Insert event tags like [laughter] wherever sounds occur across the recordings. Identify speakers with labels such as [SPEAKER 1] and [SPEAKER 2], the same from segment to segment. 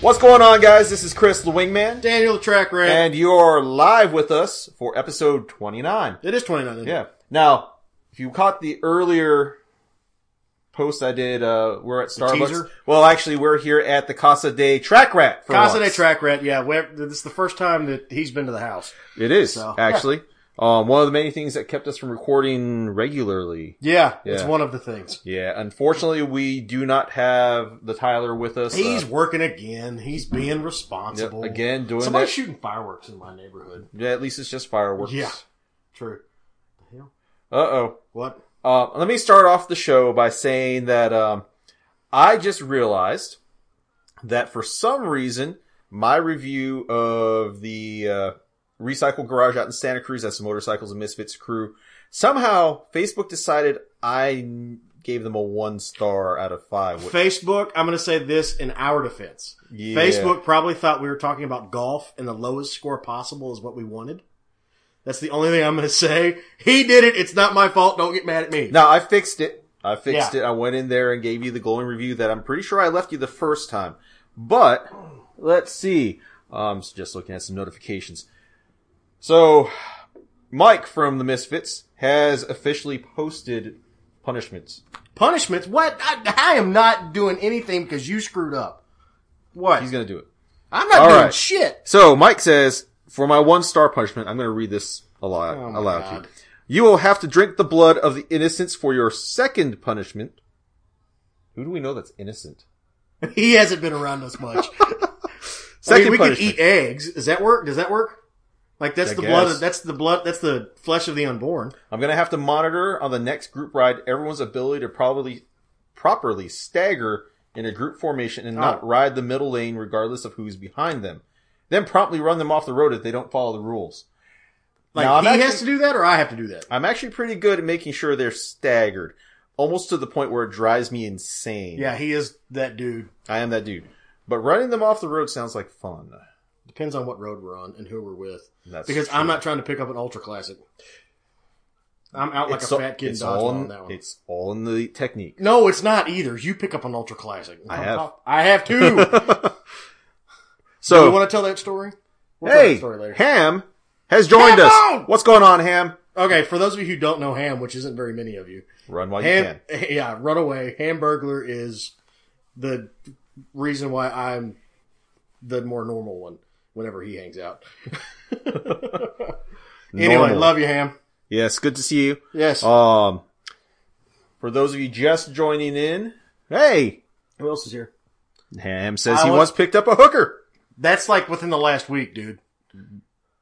[SPEAKER 1] What's going on, guys? This is Chris the Wingman,
[SPEAKER 2] Daniel the track rat.
[SPEAKER 1] and you're live with us for episode 29.
[SPEAKER 2] it is 29. isn't it?
[SPEAKER 1] Yeah. Now, if you caught the earlier post I did, uh, we're at Starbucks.
[SPEAKER 2] teaser?
[SPEAKER 1] Well, actually, we're here at the Casa de Track Rat. For
[SPEAKER 2] Casa de
[SPEAKER 1] once.
[SPEAKER 2] track rat. Yeah. we this is the first time that he's been to the house.
[SPEAKER 1] It is
[SPEAKER 2] So,
[SPEAKER 1] actually um, one of the many things that kept us from recording regularly.
[SPEAKER 2] Yeah. It's
[SPEAKER 1] Yeah.
[SPEAKER 2] one of the things.
[SPEAKER 1] Yeah, unfortunately, we do not have the Tyler with us.
[SPEAKER 2] He's
[SPEAKER 1] Uh,
[SPEAKER 2] working again. He's being responsible.
[SPEAKER 1] yep, again doing
[SPEAKER 2] Somebody's
[SPEAKER 1] that.
[SPEAKER 2] shooting fireworks in my neighborhood.
[SPEAKER 1] yeah, at least it's just fireworks.
[SPEAKER 2] Yeah. True. The hell?
[SPEAKER 1] Uh oh.
[SPEAKER 2] What?
[SPEAKER 1] Uh, let me start off the show by saying that um, I just realized that for some reason my review of the uh, Recycle Garage out in Santa Cruz, that's the Motorcycles and Misfits crew, somehow Facebook decided I gave them a one star out of five. which-
[SPEAKER 2] Facebook, I'm going to say this in our defense.
[SPEAKER 1] Yeah.
[SPEAKER 2] Facebook probably thought we were talking about golf and the lowest score possible is what we wanted. That's the only thing I'm going to [laughs] say. He did it. It's not my fault. Don't get mad at me.
[SPEAKER 1] Now I fixed it. I fixed
[SPEAKER 2] Yeah.
[SPEAKER 1] it. I went in there and gave you the glowing review that I'm pretty sure I left you the first time. But let's see. I'm just looking at some notifications. So Mike from the Misfits has officially posted punishments.
[SPEAKER 2] Punishments? What? I, I am not doing anything because you screwed up. What?
[SPEAKER 1] He's gonna do it.
[SPEAKER 2] I'm not
[SPEAKER 1] All
[SPEAKER 2] doing
[SPEAKER 1] right. [laughs]
[SPEAKER 2] shit.
[SPEAKER 1] So Mike says, for my one star punishment, I'm gonna read this aloud,
[SPEAKER 2] Oh my
[SPEAKER 1] aloud to
[SPEAKER 2] God.
[SPEAKER 1] you. You will have to drink the blood of the innocents for your second punishment. Who do we know that's innocent?
[SPEAKER 2] He hasn't been around us much. I
[SPEAKER 1] [laughs] Second
[SPEAKER 2] mean, we could
[SPEAKER 1] punishment.
[SPEAKER 2] eat eggs. Does that work? Does that work? Like that's
[SPEAKER 1] I
[SPEAKER 2] the
[SPEAKER 1] guess.
[SPEAKER 2] blood. That's the blood. That's the flesh of the unborn.
[SPEAKER 1] I'm gonna have to monitor on the next group ride everyone's ability to probably properly stagger in a group formation and not
[SPEAKER 2] Oh.
[SPEAKER 1] ride the middle lane regardless of who's behind them. Then promptly run them off the road if they don't follow the rules.
[SPEAKER 2] Like
[SPEAKER 1] Now, I'm
[SPEAKER 2] he
[SPEAKER 1] actually-
[SPEAKER 2] has to do that, or I have to do that.
[SPEAKER 1] I'm actually pretty good at making sure they're staggered, almost to the point where it drives me insane.
[SPEAKER 2] Yeah, he is that dude.
[SPEAKER 1] I am that dude. But running them off the road sounds like fun.
[SPEAKER 2] Depends on what road we're on and who we're with.
[SPEAKER 1] That's
[SPEAKER 2] Because
[SPEAKER 1] true.
[SPEAKER 2] I'm not trying to pick up an ultra classic. I'm out like
[SPEAKER 1] It's
[SPEAKER 2] a
[SPEAKER 1] all-
[SPEAKER 2] fat kid in
[SPEAKER 1] it's all
[SPEAKER 2] dodgeball
[SPEAKER 1] in-
[SPEAKER 2] on that one.
[SPEAKER 1] It's all in the technique.
[SPEAKER 2] No, it's not either. You pick up an ultra classic.
[SPEAKER 1] I have.
[SPEAKER 2] I have too.
[SPEAKER 1] [laughs] So
[SPEAKER 2] you want to tell that story? We'll tell
[SPEAKER 1] hey,
[SPEAKER 2] that story later.
[SPEAKER 1] Ham has joined us.
[SPEAKER 2] Ham!
[SPEAKER 1] What's going on, Ham?
[SPEAKER 2] Okay, for those of you who don't know Ham, which isn't very many of you,
[SPEAKER 1] Run while
[SPEAKER 2] Ham, [laughs] yeah, Runaway Hamburglar is the reason why I'm the more normal one whenever he hangs out.
[SPEAKER 1] you can.
[SPEAKER 2] Anyway,
[SPEAKER 1] Normal.
[SPEAKER 2] love you, Ham.
[SPEAKER 1] Yes, good to see you.
[SPEAKER 2] Yes.
[SPEAKER 1] Um, for those of you just joining in, hey,
[SPEAKER 2] Who else is here?
[SPEAKER 1] Ham says
[SPEAKER 2] I
[SPEAKER 1] he
[SPEAKER 2] was-
[SPEAKER 1] once picked up a hooker.
[SPEAKER 2] That's like within the last week, dude.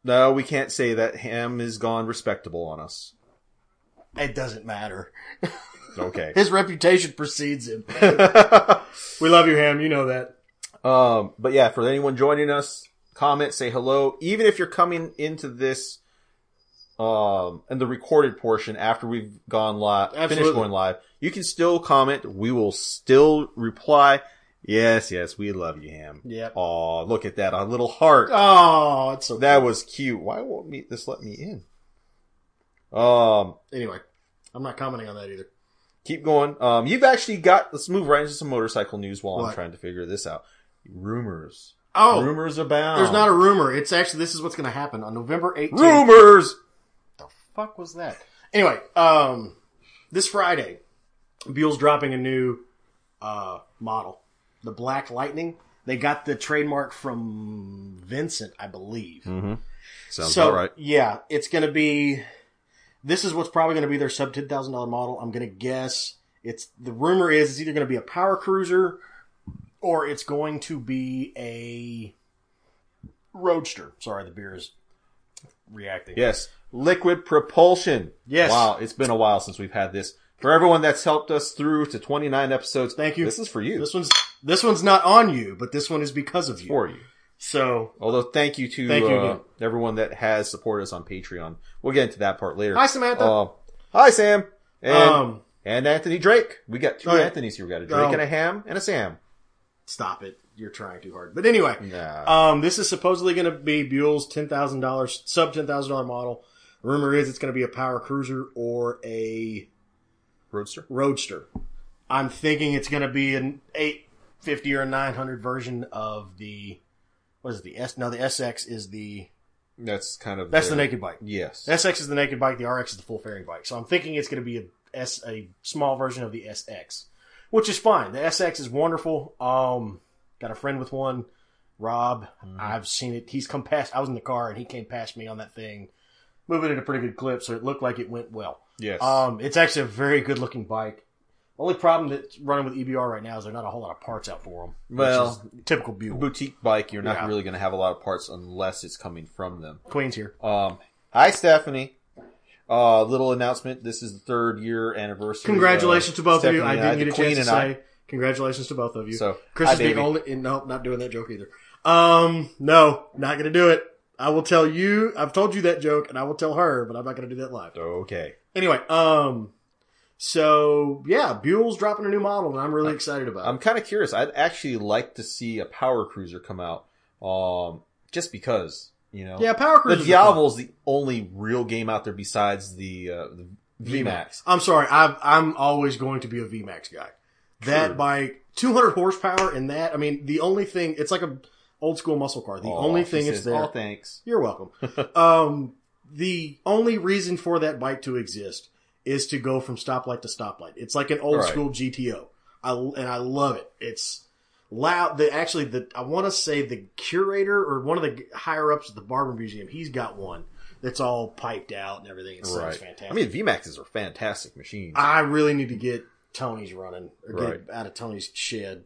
[SPEAKER 1] No, we can't say that. Ham has gone respectable on us.
[SPEAKER 2] It doesn't matter. [laughs]
[SPEAKER 1] Okay.
[SPEAKER 2] His reputation precedes him. we love you, Ham. You know that.
[SPEAKER 1] um, but yeah, for anyone joining us, comment, say hello. Even if you're coming into this, um, and the recorded portion after we've gone live, finished
[SPEAKER 2] Absolutely.
[SPEAKER 1] going live, you can still comment. We will still reply. Yes, yes, we love you, Ham.
[SPEAKER 2] Yep.
[SPEAKER 1] Aw, look at that, a little heart.
[SPEAKER 2] Oh, it's so
[SPEAKER 1] That was cute. Why won't me this let me in? Um,
[SPEAKER 2] Anyway, I'm not commenting on that either.
[SPEAKER 1] keep going. Um, you've actually got. Let's move right into some motorcycle news while I'm
[SPEAKER 2] What?
[SPEAKER 1] trying to figure this out. Rumors.
[SPEAKER 2] Oh,
[SPEAKER 1] rumors abound.
[SPEAKER 2] there's not a rumor. It's actually this is what's going to happen on November 18th.
[SPEAKER 1] rumors.
[SPEAKER 2] the fuck was that? Anyway, um, this Friday, Buell's dropping a new uh, model, the Black Lightning. They got the trademark from Vincent, I believe.
[SPEAKER 1] Mm-hmm. Sounds
[SPEAKER 2] so
[SPEAKER 1] about right.
[SPEAKER 2] yeah, it's going to be. This is what's probably going to be their sub ten thousand dollar model. I'm going to guess it's the rumor is it's either going to be a power cruiser or it's going to be a roadster. Sorry, the beer is reacting.
[SPEAKER 1] Yes, liquid propulsion.
[SPEAKER 2] Yes.
[SPEAKER 1] Wow, it's been a while since we've had this. For everyone that's helped us through to 29 episodes,
[SPEAKER 2] Thank you.
[SPEAKER 1] This is for you.
[SPEAKER 2] This one's this one's not on you, but this one is because of you.
[SPEAKER 1] for you.
[SPEAKER 2] So
[SPEAKER 1] Although, thank you to
[SPEAKER 2] Thank you
[SPEAKER 1] uh,
[SPEAKER 2] again.
[SPEAKER 1] everyone that has supported us on Patreon. We'll get into that part later.
[SPEAKER 2] Hi, Samantha.
[SPEAKER 1] Uh, hi, Sam. And,
[SPEAKER 2] um,
[SPEAKER 1] and Anthony Drake. We got two
[SPEAKER 2] Oh, yeah.
[SPEAKER 1] Anthony's here. We got a Drake
[SPEAKER 2] Oh.
[SPEAKER 1] and a Ham and a Sam.
[SPEAKER 2] stop it. You're trying too hard. But anyway,
[SPEAKER 1] Nah.
[SPEAKER 2] um, this is supposedly going to be Buell's ten thousand dollars sub ten thousand dollar model. Rumor is it's going to be a power cruiser or a
[SPEAKER 1] Roadster.
[SPEAKER 2] roadster. I'm thinking it's going to be an eight fifty or nine hundred version of the what is it, the S? No, the SX is the
[SPEAKER 1] That's kind of
[SPEAKER 2] that's the
[SPEAKER 1] their-
[SPEAKER 2] naked bike.
[SPEAKER 1] Yes.
[SPEAKER 2] The SX is the naked bike. The RX is the full fairing bike. So I'm thinking it's going to be a S a small version of the SX, which is fine. The SX is wonderful. Um, got a friend with one, Rob. I've seen it. He's come past. I was in the car and he came past me on that thing, moving at a pretty good clip. So it looked like it went well.
[SPEAKER 1] yes.
[SPEAKER 2] Um, it's actually a very good looking bike. Only problem that's running with EBR right now is there are not a whole lot of parts out for them.
[SPEAKER 1] Well,
[SPEAKER 2] typical Buell.
[SPEAKER 1] boutique bike, you're not
[SPEAKER 2] Yeah.
[SPEAKER 1] really going to have a lot of parts unless it's coming from them.
[SPEAKER 2] Queens here.
[SPEAKER 1] Um, hi, Stephanie. Uh, little announcement. This is the third year anniversary.
[SPEAKER 2] Congratulations
[SPEAKER 1] of
[SPEAKER 2] to both of you.
[SPEAKER 1] uh, Stephanie
[SPEAKER 2] I
[SPEAKER 1] and
[SPEAKER 2] didn't get
[SPEAKER 1] the
[SPEAKER 2] a
[SPEAKER 1] Queen
[SPEAKER 2] chance to
[SPEAKER 1] and I.
[SPEAKER 2] say congratulations to both of you.
[SPEAKER 1] So,
[SPEAKER 2] Chris
[SPEAKER 1] hi,
[SPEAKER 2] is being
[SPEAKER 1] baby.
[SPEAKER 2] only and no, not doing that joke either. Um, no, not gonna do it. I will tell you. I've told you that joke, and I will tell her, but I'm not gonna do that live.
[SPEAKER 1] Okay.
[SPEAKER 2] Anyway, um, so yeah, Buell's dropping a new model, and I'm really excited about
[SPEAKER 1] I'm
[SPEAKER 2] it.
[SPEAKER 1] kind of curious. I'd actually like to see a power cruiser come out. Um, just because you know.
[SPEAKER 2] Yeah, Power
[SPEAKER 1] The
[SPEAKER 2] Cruiser.
[SPEAKER 1] Diablo's the only real game out there besides the, uh, the VMAX.
[SPEAKER 2] I'm sorry. I've, I'm always going to be a VMAX guy.
[SPEAKER 1] True.
[SPEAKER 2] That bike, 200 horsepower, and that. I mean, the only thing. It's like a old school muscle car. The
[SPEAKER 1] Aw,
[SPEAKER 2] only
[SPEAKER 1] she
[SPEAKER 2] thing it's
[SPEAKER 1] Oh, says,
[SPEAKER 2] there.
[SPEAKER 1] "Aw, thanks. [laughs]
[SPEAKER 2] You're welcome. um, the only reason for that bike to exist is to go from stoplight to stoplight. It's like an old
[SPEAKER 1] Right.
[SPEAKER 2] school GTO. I, and I love it. It's loud. The, actually, the, I want to say the curator or one of the higher ups at the Barber Museum, he's got one that's all piped out and everything. It sounds
[SPEAKER 1] Right.
[SPEAKER 2] fantastic.
[SPEAKER 1] I mean, VMAXs are fantastic machines.
[SPEAKER 2] I really need to get Tony's running or get
[SPEAKER 1] Right.
[SPEAKER 2] it out of Tony's shed.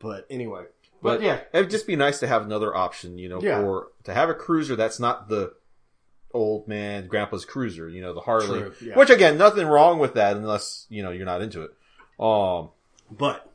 [SPEAKER 2] But anyway,
[SPEAKER 1] But,
[SPEAKER 2] but, yeah,
[SPEAKER 1] it'd just be nice to have another option, you know,
[SPEAKER 2] Yeah.
[SPEAKER 1] for to have a cruiser that's not the old man grandpa's cruiser, you know, the Harley.
[SPEAKER 2] True, yeah.
[SPEAKER 1] Which again, nothing wrong with that unless, you know, you're not into it. Um
[SPEAKER 2] but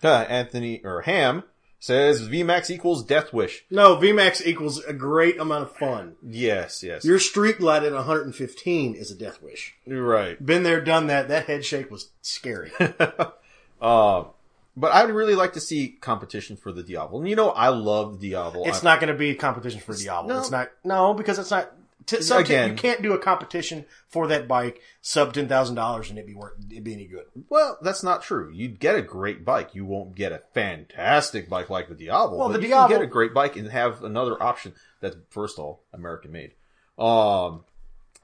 [SPEAKER 1] huh, Anthony or Ham says VMAX equals Death Wish.
[SPEAKER 2] no, VMAX equals a great amount of fun.
[SPEAKER 1] Yes, yes.
[SPEAKER 2] Your streak light at 115 is a death wish.
[SPEAKER 1] You're right.
[SPEAKER 2] Been there, done that. That head shake was scary. [laughs]
[SPEAKER 1] Um but I'd really like to see competition for the Diablo. And you know, I love the Diablo.
[SPEAKER 2] it's
[SPEAKER 1] I-
[SPEAKER 2] not going to be competition for Diablo.
[SPEAKER 1] no.
[SPEAKER 2] It's not. No, because it's not. T- sub
[SPEAKER 1] Again.
[SPEAKER 2] you can't do a competition for that bike sub ten thousand dollars and it be worth it be any good.
[SPEAKER 1] well, that's not true. You'd get a great bike. You won't get a fantastic bike like the Diablo.
[SPEAKER 2] Well,
[SPEAKER 1] but
[SPEAKER 2] the
[SPEAKER 1] you
[SPEAKER 2] Diablo-
[SPEAKER 1] can get a great bike and have another option that's first of all American made, um,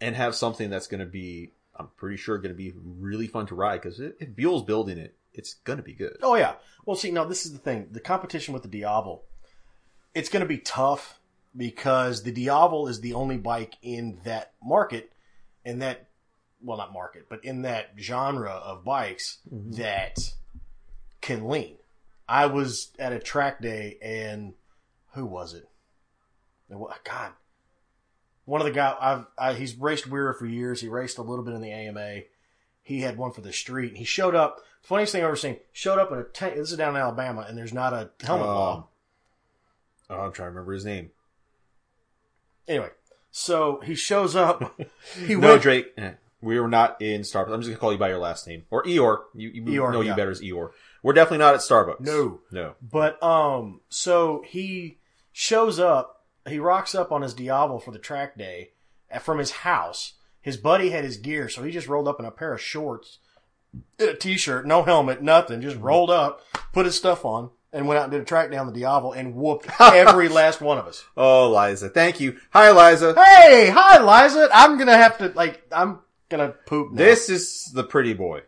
[SPEAKER 1] and have something that's going to be, I'm pretty sure, going to be really fun to ride because if Buell's building it, it's going to be good.
[SPEAKER 2] Oh yeah. Well, see, no, this is the thing. The competition with the Diablo, it's going to be tough because the Diablo is the only bike in that market, in that, well, not market, but in that genre of bikes that can lean. I was at a track day and who was it? It wa- God, one of the guy I've I, he's raced Weira for years. He raced a little bit in the AMA. He had one for the street. He showed up. Funniest thing I've ever seen. Showed up in a tank. This is down in Alabama, and there's not a helmet
[SPEAKER 1] Um,
[SPEAKER 2] law.
[SPEAKER 1] Oh, I'm trying to remember his name.
[SPEAKER 2] Anyway, so he shows up. He
[SPEAKER 1] no,
[SPEAKER 2] went-
[SPEAKER 1] Drake. eh, We were not in Starbucks. I'm just gonna call you by your last name or Eeyore. You, you
[SPEAKER 2] Eeyore,
[SPEAKER 1] know you
[SPEAKER 2] yeah.
[SPEAKER 1] better as Eeyore. We're definitely not at Starbucks.
[SPEAKER 2] No.
[SPEAKER 1] no.
[SPEAKER 2] But um, so he shows up. He rocks up on his Diablo for the track day uh, from his house. His buddy had his gear, so he just rolled up in a pair of shorts, and a t-shirt, no helmet, nothing. Just rolled up, put his stuff on, and went out and did a track down the Diablo and [laughs] whooped every last one of us.
[SPEAKER 1] Oh, Liza. Thank you. Hi, Liza.
[SPEAKER 2] Hey, hi, Liza. I'm gonna have to like, I'm gonna poop. Now.
[SPEAKER 1] This is the pretty boy.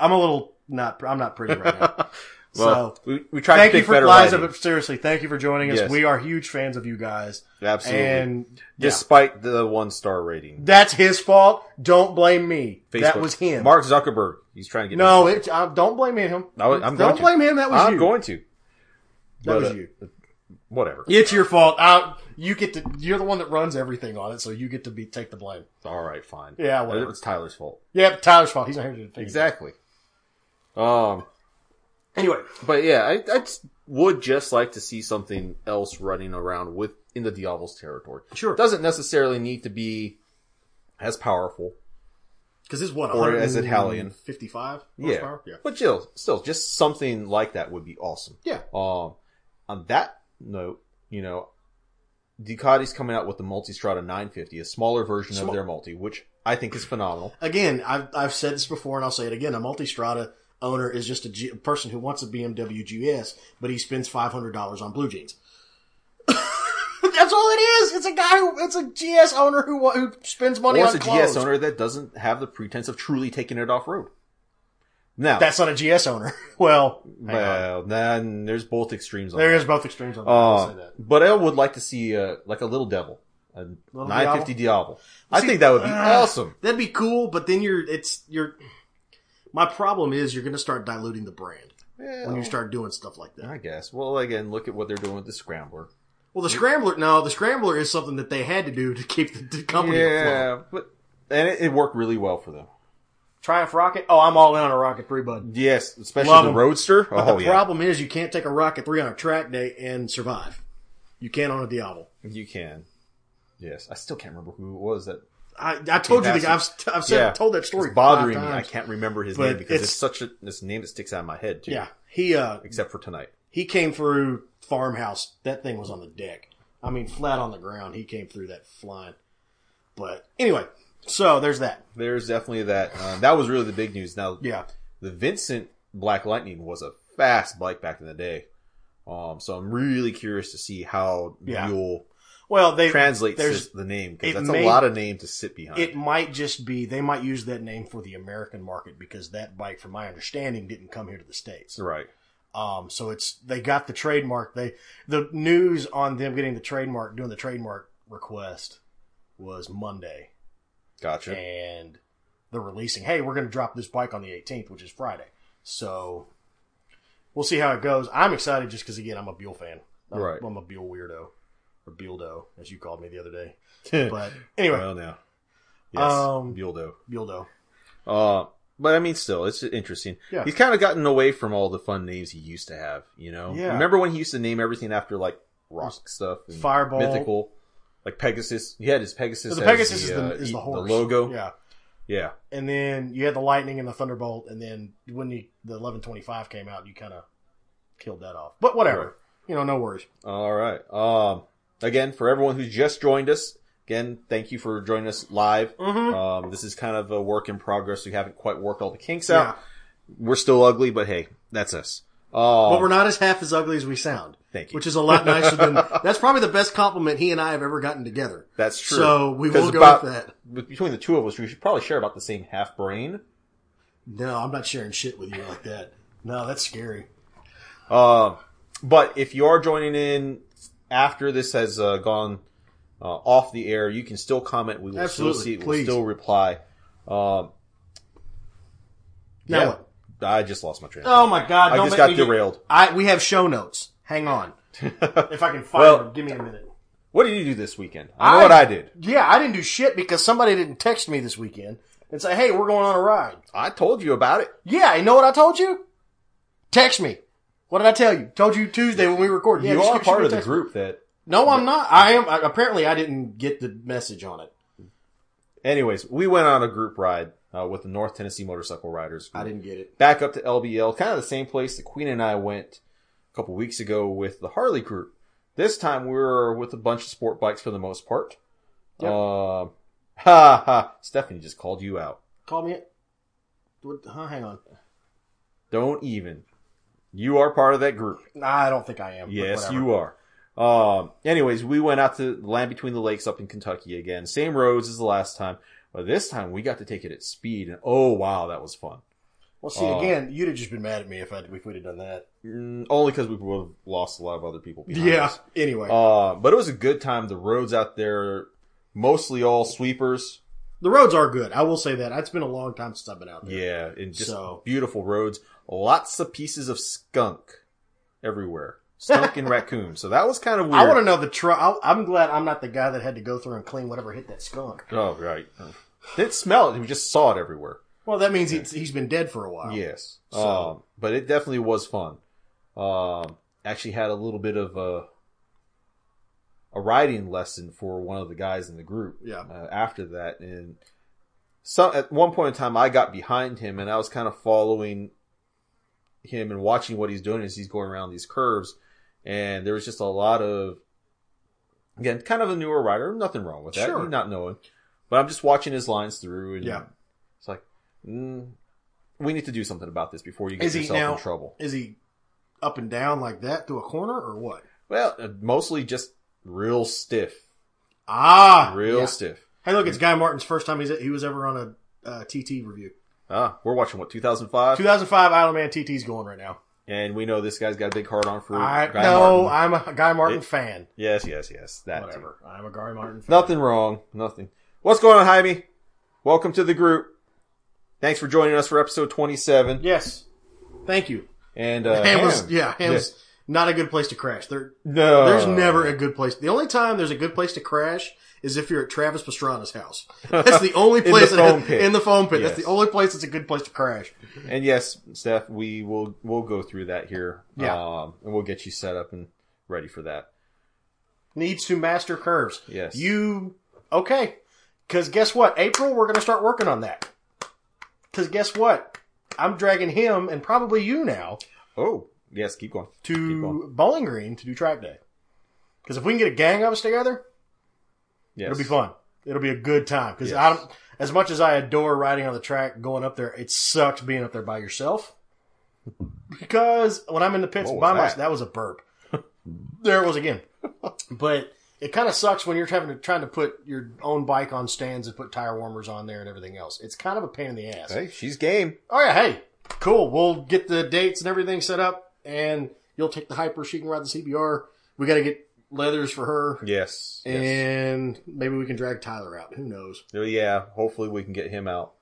[SPEAKER 2] I'm a little not. I'm not pretty right now. [laughs]
[SPEAKER 1] Well,
[SPEAKER 2] so
[SPEAKER 1] we, we tried
[SPEAKER 2] thank
[SPEAKER 1] to
[SPEAKER 2] you
[SPEAKER 1] pick
[SPEAKER 2] for
[SPEAKER 1] better
[SPEAKER 2] Liza,
[SPEAKER 1] lighting.
[SPEAKER 2] but seriously, thank you for joining us.
[SPEAKER 1] Yes.
[SPEAKER 2] We are huge fans of you guys.
[SPEAKER 1] Absolutely.
[SPEAKER 2] And yeah.
[SPEAKER 1] Despite the one star rating.
[SPEAKER 2] that's his fault. Don't blame me. That
[SPEAKER 1] Facebook.
[SPEAKER 2] was him.
[SPEAKER 1] Mark Zuckerberg. He's trying to get
[SPEAKER 2] no, it, I, don't blame him.
[SPEAKER 1] I was- I'm
[SPEAKER 2] don't
[SPEAKER 1] going to.
[SPEAKER 2] blame him. That was
[SPEAKER 1] I'm
[SPEAKER 2] you.
[SPEAKER 1] going to.
[SPEAKER 2] that
[SPEAKER 1] but,
[SPEAKER 2] was
[SPEAKER 1] uh,
[SPEAKER 2] you.
[SPEAKER 1] Whatever.
[SPEAKER 2] It's your fault. I, you get to. You're the one that runs everything on it, so you get to be take the blame.
[SPEAKER 1] All right, fine.
[SPEAKER 2] Yeah, whatever.
[SPEAKER 1] It's Tyler's fault.
[SPEAKER 2] Yeah, Tyler's fault. He's not here to take it.
[SPEAKER 1] Exactly. Um,
[SPEAKER 2] Anyway,
[SPEAKER 1] but yeah, I, I just would just like to see something else running around with in the Diablo's territory.
[SPEAKER 2] Sure.
[SPEAKER 1] It doesn't necessarily need to be as powerful.
[SPEAKER 2] because it's what
[SPEAKER 1] Or as Italian.
[SPEAKER 2] fifty-five.
[SPEAKER 1] Yeah.
[SPEAKER 2] horsepower? yeah,
[SPEAKER 1] But still, still, just something like that would be awesome.
[SPEAKER 2] yeah.
[SPEAKER 1] Um, on that note, you know, Ducati's coming out with the Multistrada 950, a smaller version
[SPEAKER 2] Small-
[SPEAKER 1] of their multi, which I think is phenomenal.
[SPEAKER 2] Again, I've I've said this before, and I'll say it again. A multistrada owner is just a, G- a person who wants a BMW GS, but he spends five hundred dollars on blue jeans. [laughs] That's all it is. It's a guy who it's a GS owner who wa- who spends money
[SPEAKER 1] Or
[SPEAKER 2] on
[SPEAKER 1] it's a
[SPEAKER 2] clothes.
[SPEAKER 1] GS owner that doesn't have the pretense of truly taking it off road. Now,
[SPEAKER 2] That's not a GS owner. [laughs] Well, hang on.
[SPEAKER 1] well, then there's both extremes. On
[SPEAKER 2] there
[SPEAKER 1] that.
[SPEAKER 2] is both extremes on that. I'll
[SPEAKER 1] Uh,
[SPEAKER 2] say that.
[SPEAKER 1] but I would like to see uh, like a little devil, a 950 Diablo. I
[SPEAKER 2] See,
[SPEAKER 1] think that would be
[SPEAKER 2] uh,
[SPEAKER 1] awesome.
[SPEAKER 2] That'd be cool, but then you're it's you're. My problem is you're going to start diluting the brand when you start doing stuff like that.
[SPEAKER 1] I guess. Well, again, look at what they're doing with the scrambler.
[SPEAKER 2] Well, the scrambler, no, the scrambler is something that they had to do to keep the, the company afloat.
[SPEAKER 1] Yeah, but and it, it worked really well for them.
[SPEAKER 2] Triumph Rocket. Oh, I'm all in on a Rocket Three, bud.
[SPEAKER 1] Yes, especially
[SPEAKER 2] Love
[SPEAKER 1] the
[SPEAKER 2] 'em.
[SPEAKER 1] Roadster.
[SPEAKER 2] But
[SPEAKER 1] oh
[SPEAKER 2] the
[SPEAKER 1] yeah,
[SPEAKER 2] problem is you can't take a Rocket Three on a track day and survive. You can't on a Diablo.
[SPEAKER 1] you can. Yes, I still can't remember who it was that.
[SPEAKER 2] I, I told you, the, I've, I've said,
[SPEAKER 1] Yeah.
[SPEAKER 2] told that story.
[SPEAKER 1] It's bothering
[SPEAKER 2] five
[SPEAKER 1] me. I
[SPEAKER 2] times.
[SPEAKER 1] can't remember his
[SPEAKER 2] But
[SPEAKER 1] name because it's,
[SPEAKER 2] it's-
[SPEAKER 1] such a this name that sticks out of my head too.
[SPEAKER 2] Yeah, he uh
[SPEAKER 1] Except for tonight.
[SPEAKER 2] he came through farmhouse. That thing was on the deck. I mean, flat on the ground. He came through that flying. But anyway, so there's that.
[SPEAKER 1] There's definitely that. Uh, that was really the big news. Now,
[SPEAKER 2] Yeah,
[SPEAKER 1] the Vincent Black Lightning was a fast bike back in the day. Um, so I'm really curious to see how
[SPEAKER 2] Yeah.
[SPEAKER 1] you'll
[SPEAKER 2] Well, they
[SPEAKER 1] translate
[SPEAKER 2] there's-
[SPEAKER 1] this- the name because
[SPEAKER 2] it
[SPEAKER 1] that's
[SPEAKER 2] may-
[SPEAKER 1] a lot of name to sit behind.
[SPEAKER 2] it might just be they might use that name for the American market because that bike, from my understanding, didn't come here to the states.
[SPEAKER 1] right.
[SPEAKER 2] Um, so it's they got the trademark. They the news on them getting the trademark, doing the trademark request was Monday,
[SPEAKER 1] Gotcha.
[SPEAKER 2] and they're releasing. Hey, we're going to drop this bike on the 18th, which is Friday. So we'll see how it goes. I'm excited just because again, I'm a Buell fan. I'm,
[SPEAKER 1] Right.
[SPEAKER 2] I'm a Buell weirdo or Bueldo, as you called me the other
[SPEAKER 1] [laughs]
[SPEAKER 2] day. But anyway,
[SPEAKER 1] well, now. Yes.
[SPEAKER 2] Um,
[SPEAKER 1] Buildo.
[SPEAKER 2] Bueldo.
[SPEAKER 1] Uh, but I mean, still, it's interesting.
[SPEAKER 2] Yeah.
[SPEAKER 1] He's kind of gotten away from all the fun names he used to have, you know?
[SPEAKER 2] Yeah.
[SPEAKER 1] Remember when he used to name everything after, like, rock stuff? And
[SPEAKER 2] Fireball.
[SPEAKER 1] Mythical. Like Pegasus. He had his Pegasus.
[SPEAKER 2] The
[SPEAKER 1] as
[SPEAKER 2] Pegasus is
[SPEAKER 1] uh,
[SPEAKER 2] the, is the
[SPEAKER 1] e-
[SPEAKER 2] horse.
[SPEAKER 1] logo.
[SPEAKER 2] Yeah.
[SPEAKER 1] Yeah.
[SPEAKER 2] and then you had the lightning and the thunderbolt, and then when you, the eleven twenty five came out, you kind of killed that off. But whatever,
[SPEAKER 1] Right.
[SPEAKER 2] you know, no worries.
[SPEAKER 1] All right. Um, again, for everyone who's just joined us, again, thank you for joining us live.
[SPEAKER 2] Mm-hmm.
[SPEAKER 1] Um, this is kind of a work in progress. We haven't quite worked all the kinks
[SPEAKER 2] So,
[SPEAKER 1] out. We're still ugly, but hey, that's us. Um,
[SPEAKER 2] but we're not as half as ugly as we sound,
[SPEAKER 1] thank you.
[SPEAKER 2] which is a lot nicer [laughs] than. That's probably the best compliment he and I have ever gotten together.
[SPEAKER 1] That's true.
[SPEAKER 2] So we
[SPEAKER 1] 'Cause
[SPEAKER 2] will go
[SPEAKER 1] about-
[SPEAKER 2] with that.
[SPEAKER 1] with- Between the two of us, we should probably share about the same half brain.
[SPEAKER 2] No, I'm not sharing shit with you like that. No, that's scary.
[SPEAKER 1] Um, but if you are joining in after this has uh, gone uh, off the air, you can still comment. We will
[SPEAKER 2] Absolutely.
[SPEAKER 1] still see. We'll
[SPEAKER 2] Please.
[SPEAKER 1] still reply. Um,
[SPEAKER 2] Now
[SPEAKER 1] yeah.
[SPEAKER 2] what?
[SPEAKER 1] I just lost my train. of
[SPEAKER 2] Oh my god!
[SPEAKER 1] I
[SPEAKER 2] don't
[SPEAKER 1] just
[SPEAKER 2] make
[SPEAKER 1] got
[SPEAKER 2] me get-
[SPEAKER 1] derailed.
[SPEAKER 2] I we have show notes. Hang [laughs] on, if I can find
[SPEAKER 1] Well-
[SPEAKER 2] them, give me a minute.
[SPEAKER 1] What did you do this weekend? I know
[SPEAKER 2] I-
[SPEAKER 1] what I did.
[SPEAKER 2] Yeah, I didn't do shit because somebody didn't text me this weekend and say, "Hey, we're going on a ride."
[SPEAKER 1] I told you about it.
[SPEAKER 2] Yeah, you know what I told you? Text me. What did I tell you? Told you Tuesday when we recorded. Yeah,
[SPEAKER 1] you
[SPEAKER 2] just
[SPEAKER 1] are
[SPEAKER 2] shoot
[SPEAKER 1] part
[SPEAKER 2] me a
[SPEAKER 1] of the
[SPEAKER 2] text.
[SPEAKER 1] group that.
[SPEAKER 2] No, I'm not. I am. I, apparently, I didn't get the message on it.
[SPEAKER 1] Anyways, we went on a group ride uh, with the North Tennessee Motorcycle Riders.
[SPEAKER 2] I
[SPEAKER 1] group.
[SPEAKER 2] didn't get it.
[SPEAKER 1] back up to LBL, kind of the same place that Queen and I went a couple weeks ago with the Harley crew. This time we were with a bunch of sport bikes for the most part.
[SPEAKER 2] Yep.
[SPEAKER 1] Um, [laughs] ha ha! Stephanie just called you out.
[SPEAKER 2] Call me. It. What, huh, hang on.
[SPEAKER 1] Don't even. You are part of that group.
[SPEAKER 2] Nah, I don't think I am. but
[SPEAKER 1] Yes,
[SPEAKER 2] whatever.
[SPEAKER 1] you are. Um, anyways, we went out to the land between the lakes up in Kentucky again. Same roads as the last time, but this time we got to take it at speed, and oh wow, that was fun.
[SPEAKER 2] Well, see,
[SPEAKER 1] Uh,
[SPEAKER 2] again, you'd have just been mad at me if I if we'd have done that.
[SPEAKER 1] Mm, only because we would have lost a lot of other people. behind
[SPEAKER 2] Yeah.
[SPEAKER 1] us.
[SPEAKER 2] Anyway,
[SPEAKER 1] Uh, but it was a good time. The roads out there, mostly all sweepers.
[SPEAKER 2] the roads are good. I will say that. It's been a long time since I've been out there.
[SPEAKER 1] Yeah, and just
[SPEAKER 2] So-
[SPEAKER 1] beautiful roads. Lots of pieces of skunk everywhere. Skunk
[SPEAKER 2] [laughs]
[SPEAKER 1] and raccoon. So that was kind of weird.
[SPEAKER 2] I want to know the truck. I- I'm glad I'm not the guy that had to go through and clean whatever hit that skunk.
[SPEAKER 1] Oh, right. Didn't smell it. We just saw it everywhere.
[SPEAKER 2] Well, that means he's, he's been dead for a while.
[SPEAKER 1] Yes.
[SPEAKER 2] So-
[SPEAKER 1] Um, but it definitely was fun. Um, actually had a little bit of a, a riding lesson for one of the guys in the group.
[SPEAKER 2] Yeah.
[SPEAKER 1] Uh, after that, and some at one point in time, I got behind him and I was kind of following him and watching what he's doing as he's going around these curves. And there was just a lot of again, kind of a newer rider. Nothing wrong with that.
[SPEAKER 2] Sure.
[SPEAKER 1] You're not knowing, but I'm just watching his lines through and
[SPEAKER 2] Yeah.
[SPEAKER 1] it's like. Mm, we need to do something about this before you get
[SPEAKER 2] Is he
[SPEAKER 1] yourself
[SPEAKER 2] now-
[SPEAKER 1] in trouble.
[SPEAKER 2] Is he up and down like that through a corner or what?
[SPEAKER 1] Well, uh, mostly just real stiff,
[SPEAKER 2] Ah,
[SPEAKER 1] real
[SPEAKER 2] yeah.
[SPEAKER 1] stiff.
[SPEAKER 2] Hey, look, it's Guy Martin's first time he's he was ever on a uh, TT review.
[SPEAKER 1] Ah, we're watching what 2005,
[SPEAKER 2] 2005 Isle of Man TT's going right now.
[SPEAKER 1] and we know this guy's got a big heart on for
[SPEAKER 2] I
[SPEAKER 1] Guy
[SPEAKER 2] no,
[SPEAKER 1] Martin.
[SPEAKER 2] I'm a Guy Martin
[SPEAKER 1] It-
[SPEAKER 2] fan.
[SPEAKER 1] yes, yes, yes. That too.
[SPEAKER 2] Whatever, I'm a Guy Martin. fan.
[SPEAKER 1] Nothing wrong. Nothing. What's going on, Jaime? Welcome to the group. Thanks for joining us for episode 27.
[SPEAKER 2] Yes, thank you.
[SPEAKER 1] And uh,
[SPEAKER 2] Ham was
[SPEAKER 1] Ham.
[SPEAKER 2] yeah, Ham's not a good place to crash. There,
[SPEAKER 1] No,
[SPEAKER 2] there's never a good place. The only time there's a good place to crash is if you're at Travis Pastrana's house. That's
[SPEAKER 1] [laughs]
[SPEAKER 2] the only
[SPEAKER 1] the
[SPEAKER 2] place that-
[SPEAKER 1] foam pit.
[SPEAKER 2] in the foam pit. That's
[SPEAKER 1] Yes.
[SPEAKER 2] the only place that's a good place to crash.
[SPEAKER 1] And yes, Steph, we will we'll go through that here.
[SPEAKER 2] Yeah.
[SPEAKER 1] um, and we'll get you set up and ready for that.
[SPEAKER 2] Needs to master curves.
[SPEAKER 1] Yes.
[SPEAKER 2] You okay? Because guess what? April, we're going to start working on that. Because guess what? I'm dragging him and probably you now
[SPEAKER 1] Oh, yes. Keep going. Keep
[SPEAKER 2] to
[SPEAKER 1] going.
[SPEAKER 2] Bowling Green to do track day. Because if we can get a gang of us together,
[SPEAKER 1] Yes.
[SPEAKER 2] It'll be fun. It'll be a good time because
[SPEAKER 1] Yes.
[SPEAKER 2] I don't, as much as I adore riding on the track, going up there, it sucked being up there by yourself.
[SPEAKER 1] [laughs]
[SPEAKER 2] Because when I'm in the pits
[SPEAKER 1] What was
[SPEAKER 2] by
[SPEAKER 1] that?
[SPEAKER 2] myself, that was a burp. there it
[SPEAKER 1] [laughs]
[SPEAKER 2] was again. But it kind of sucks when you're having to trying to put your own bike on stands and put tire warmers on there and everything else. It's kind of a pain in the ass.
[SPEAKER 1] Hey, she's game.
[SPEAKER 2] Oh yeah, hey, cool. We'll get the dates and everything set up, and you'll take the hyper. She can ride the CBR. We got to get leathers for her.
[SPEAKER 1] Yes. yes.
[SPEAKER 2] And maybe we can drag Tyler out. Who knows?
[SPEAKER 1] So, yeah. Hopefully, we can get him out.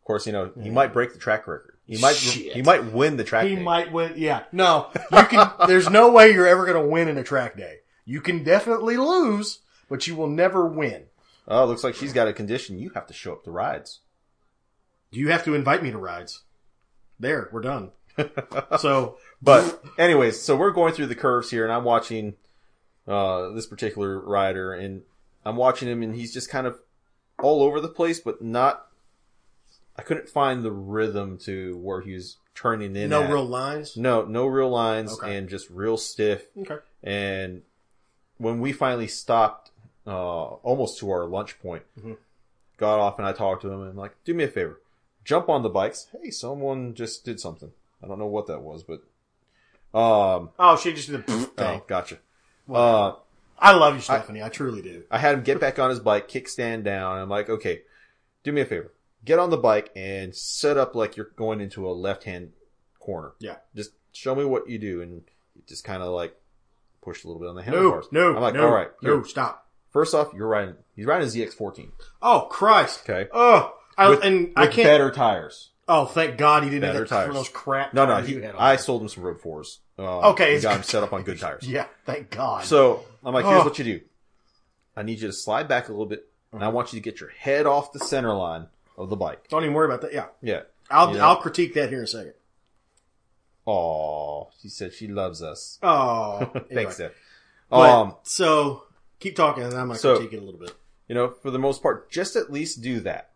[SPEAKER 1] Of course, you know he might break the track record. He might.
[SPEAKER 2] Shit.
[SPEAKER 1] He might win the track.
[SPEAKER 2] He
[SPEAKER 1] meet.
[SPEAKER 2] might win. Yeah. No, you [laughs] can. there's no way you're ever going to win in a track day. You can definitely lose, but you will never win.
[SPEAKER 1] Oh, looks like she's got a condition. You have to show up to rides.
[SPEAKER 2] You have to invite me to rides. There, we're done. [laughs] so,
[SPEAKER 1] But anyways, so we're going through the curves here, and I'm watching uh, this particular rider, and I'm watching him, and he's just kind of all over the place, but not. I couldn't find the rhythm to where he was turning in.
[SPEAKER 2] no
[SPEAKER 1] at.
[SPEAKER 2] real lines.
[SPEAKER 1] no, no real lines,
[SPEAKER 2] Okay.
[SPEAKER 1] and just real stiff.
[SPEAKER 2] Okay.
[SPEAKER 1] And when we finally stopped, uh, almost to our lunch point,
[SPEAKER 2] Mhm.
[SPEAKER 1] got off and I talked to him and I'm like, do me a favor, jump on the bikes. Hey, someone just did something. I don't know what that was, but, um,
[SPEAKER 2] Oh, she just did. the thing.
[SPEAKER 1] oh, gotcha. Uh,
[SPEAKER 2] I love you, Stephanie. I, truly do.
[SPEAKER 1] I had him get back on his bike, kickstand down. I'm like, okay, do me a favor. Get on the bike and set up like you're going into a left hand corner.
[SPEAKER 2] Yeah.
[SPEAKER 1] Just show me what you do and just kind of like push a little bit on the
[SPEAKER 2] No,
[SPEAKER 1] handlebars.
[SPEAKER 2] no,
[SPEAKER 1] I'm like,
[SPEAKER 2] no,
[SPEAKER 1] all right, here.
[SPEAKER 2] no, stop.
[SPEAKER 1] First off, you're riding. He's riding a ZX14.
[SPEAKER 2] Oh Christ.
[SPEAKER 1] Okay.
[SPEAKER 2] Oh, I,
[SPEAKER 1] With-
[SPEAKER 2] and I
[SPEAKER 1] with
[SPEAKER 2] can't.
[SPEAKER 1] better tires.
[SPEAKER 2] oh, thank God he didn't have
[SPEAKER 1] better
[SPEAKER 2] that, one of
[SPEAKER 1] tires.
[SPEAKER 2] those crap.
[SPEAKER 1] No, no.
[SPEAKER 2] tires
[SPEAKER 1] He,
[SPEAKER 2] you had on
[SPEAKER 1] I
[SPEAKER 2] there.
[SPEAKER 1] sold him some Road Fours. Uh,
[SPEAKER 2] Okay,
[SPEAKER 1] and
[SPEAKER 2] it's-
[SPEAKER 1] got him set up on good tires.
[SPEAKER 2] Yeah, thank God.
[SPEAKER 1] So I'm like, here's
[SPEAKER 2] Oh.
[SPEAKER 1] what you do. I need you to slide back a little bit, and I want you to get your head off the center line of the bike.
[SPEAKER 2] Don't even worry about that. Yeah,
[SPEAKER 1] Yeah.
[SPEAKER 2] I'll
[SPEAKER 1] Yeah.
[SPEAKER 2] I'll critique that here in a second.
[SPEAKER 1] Oh, she said she loves us.
[SPEAKER 2] [laughs] Oh,
[SPEAKER 1] Thanks, Steph.
[SPEAKER 2] Um,
[SPEAKER 1] Um,
[SPEAKER 2] so keep talking, and I'm gonna
[SPEAKER 1] so-
[SPEAKER 2] critique it a little bit.
[SPEAKER 1] you know, for the most part, just at least do that.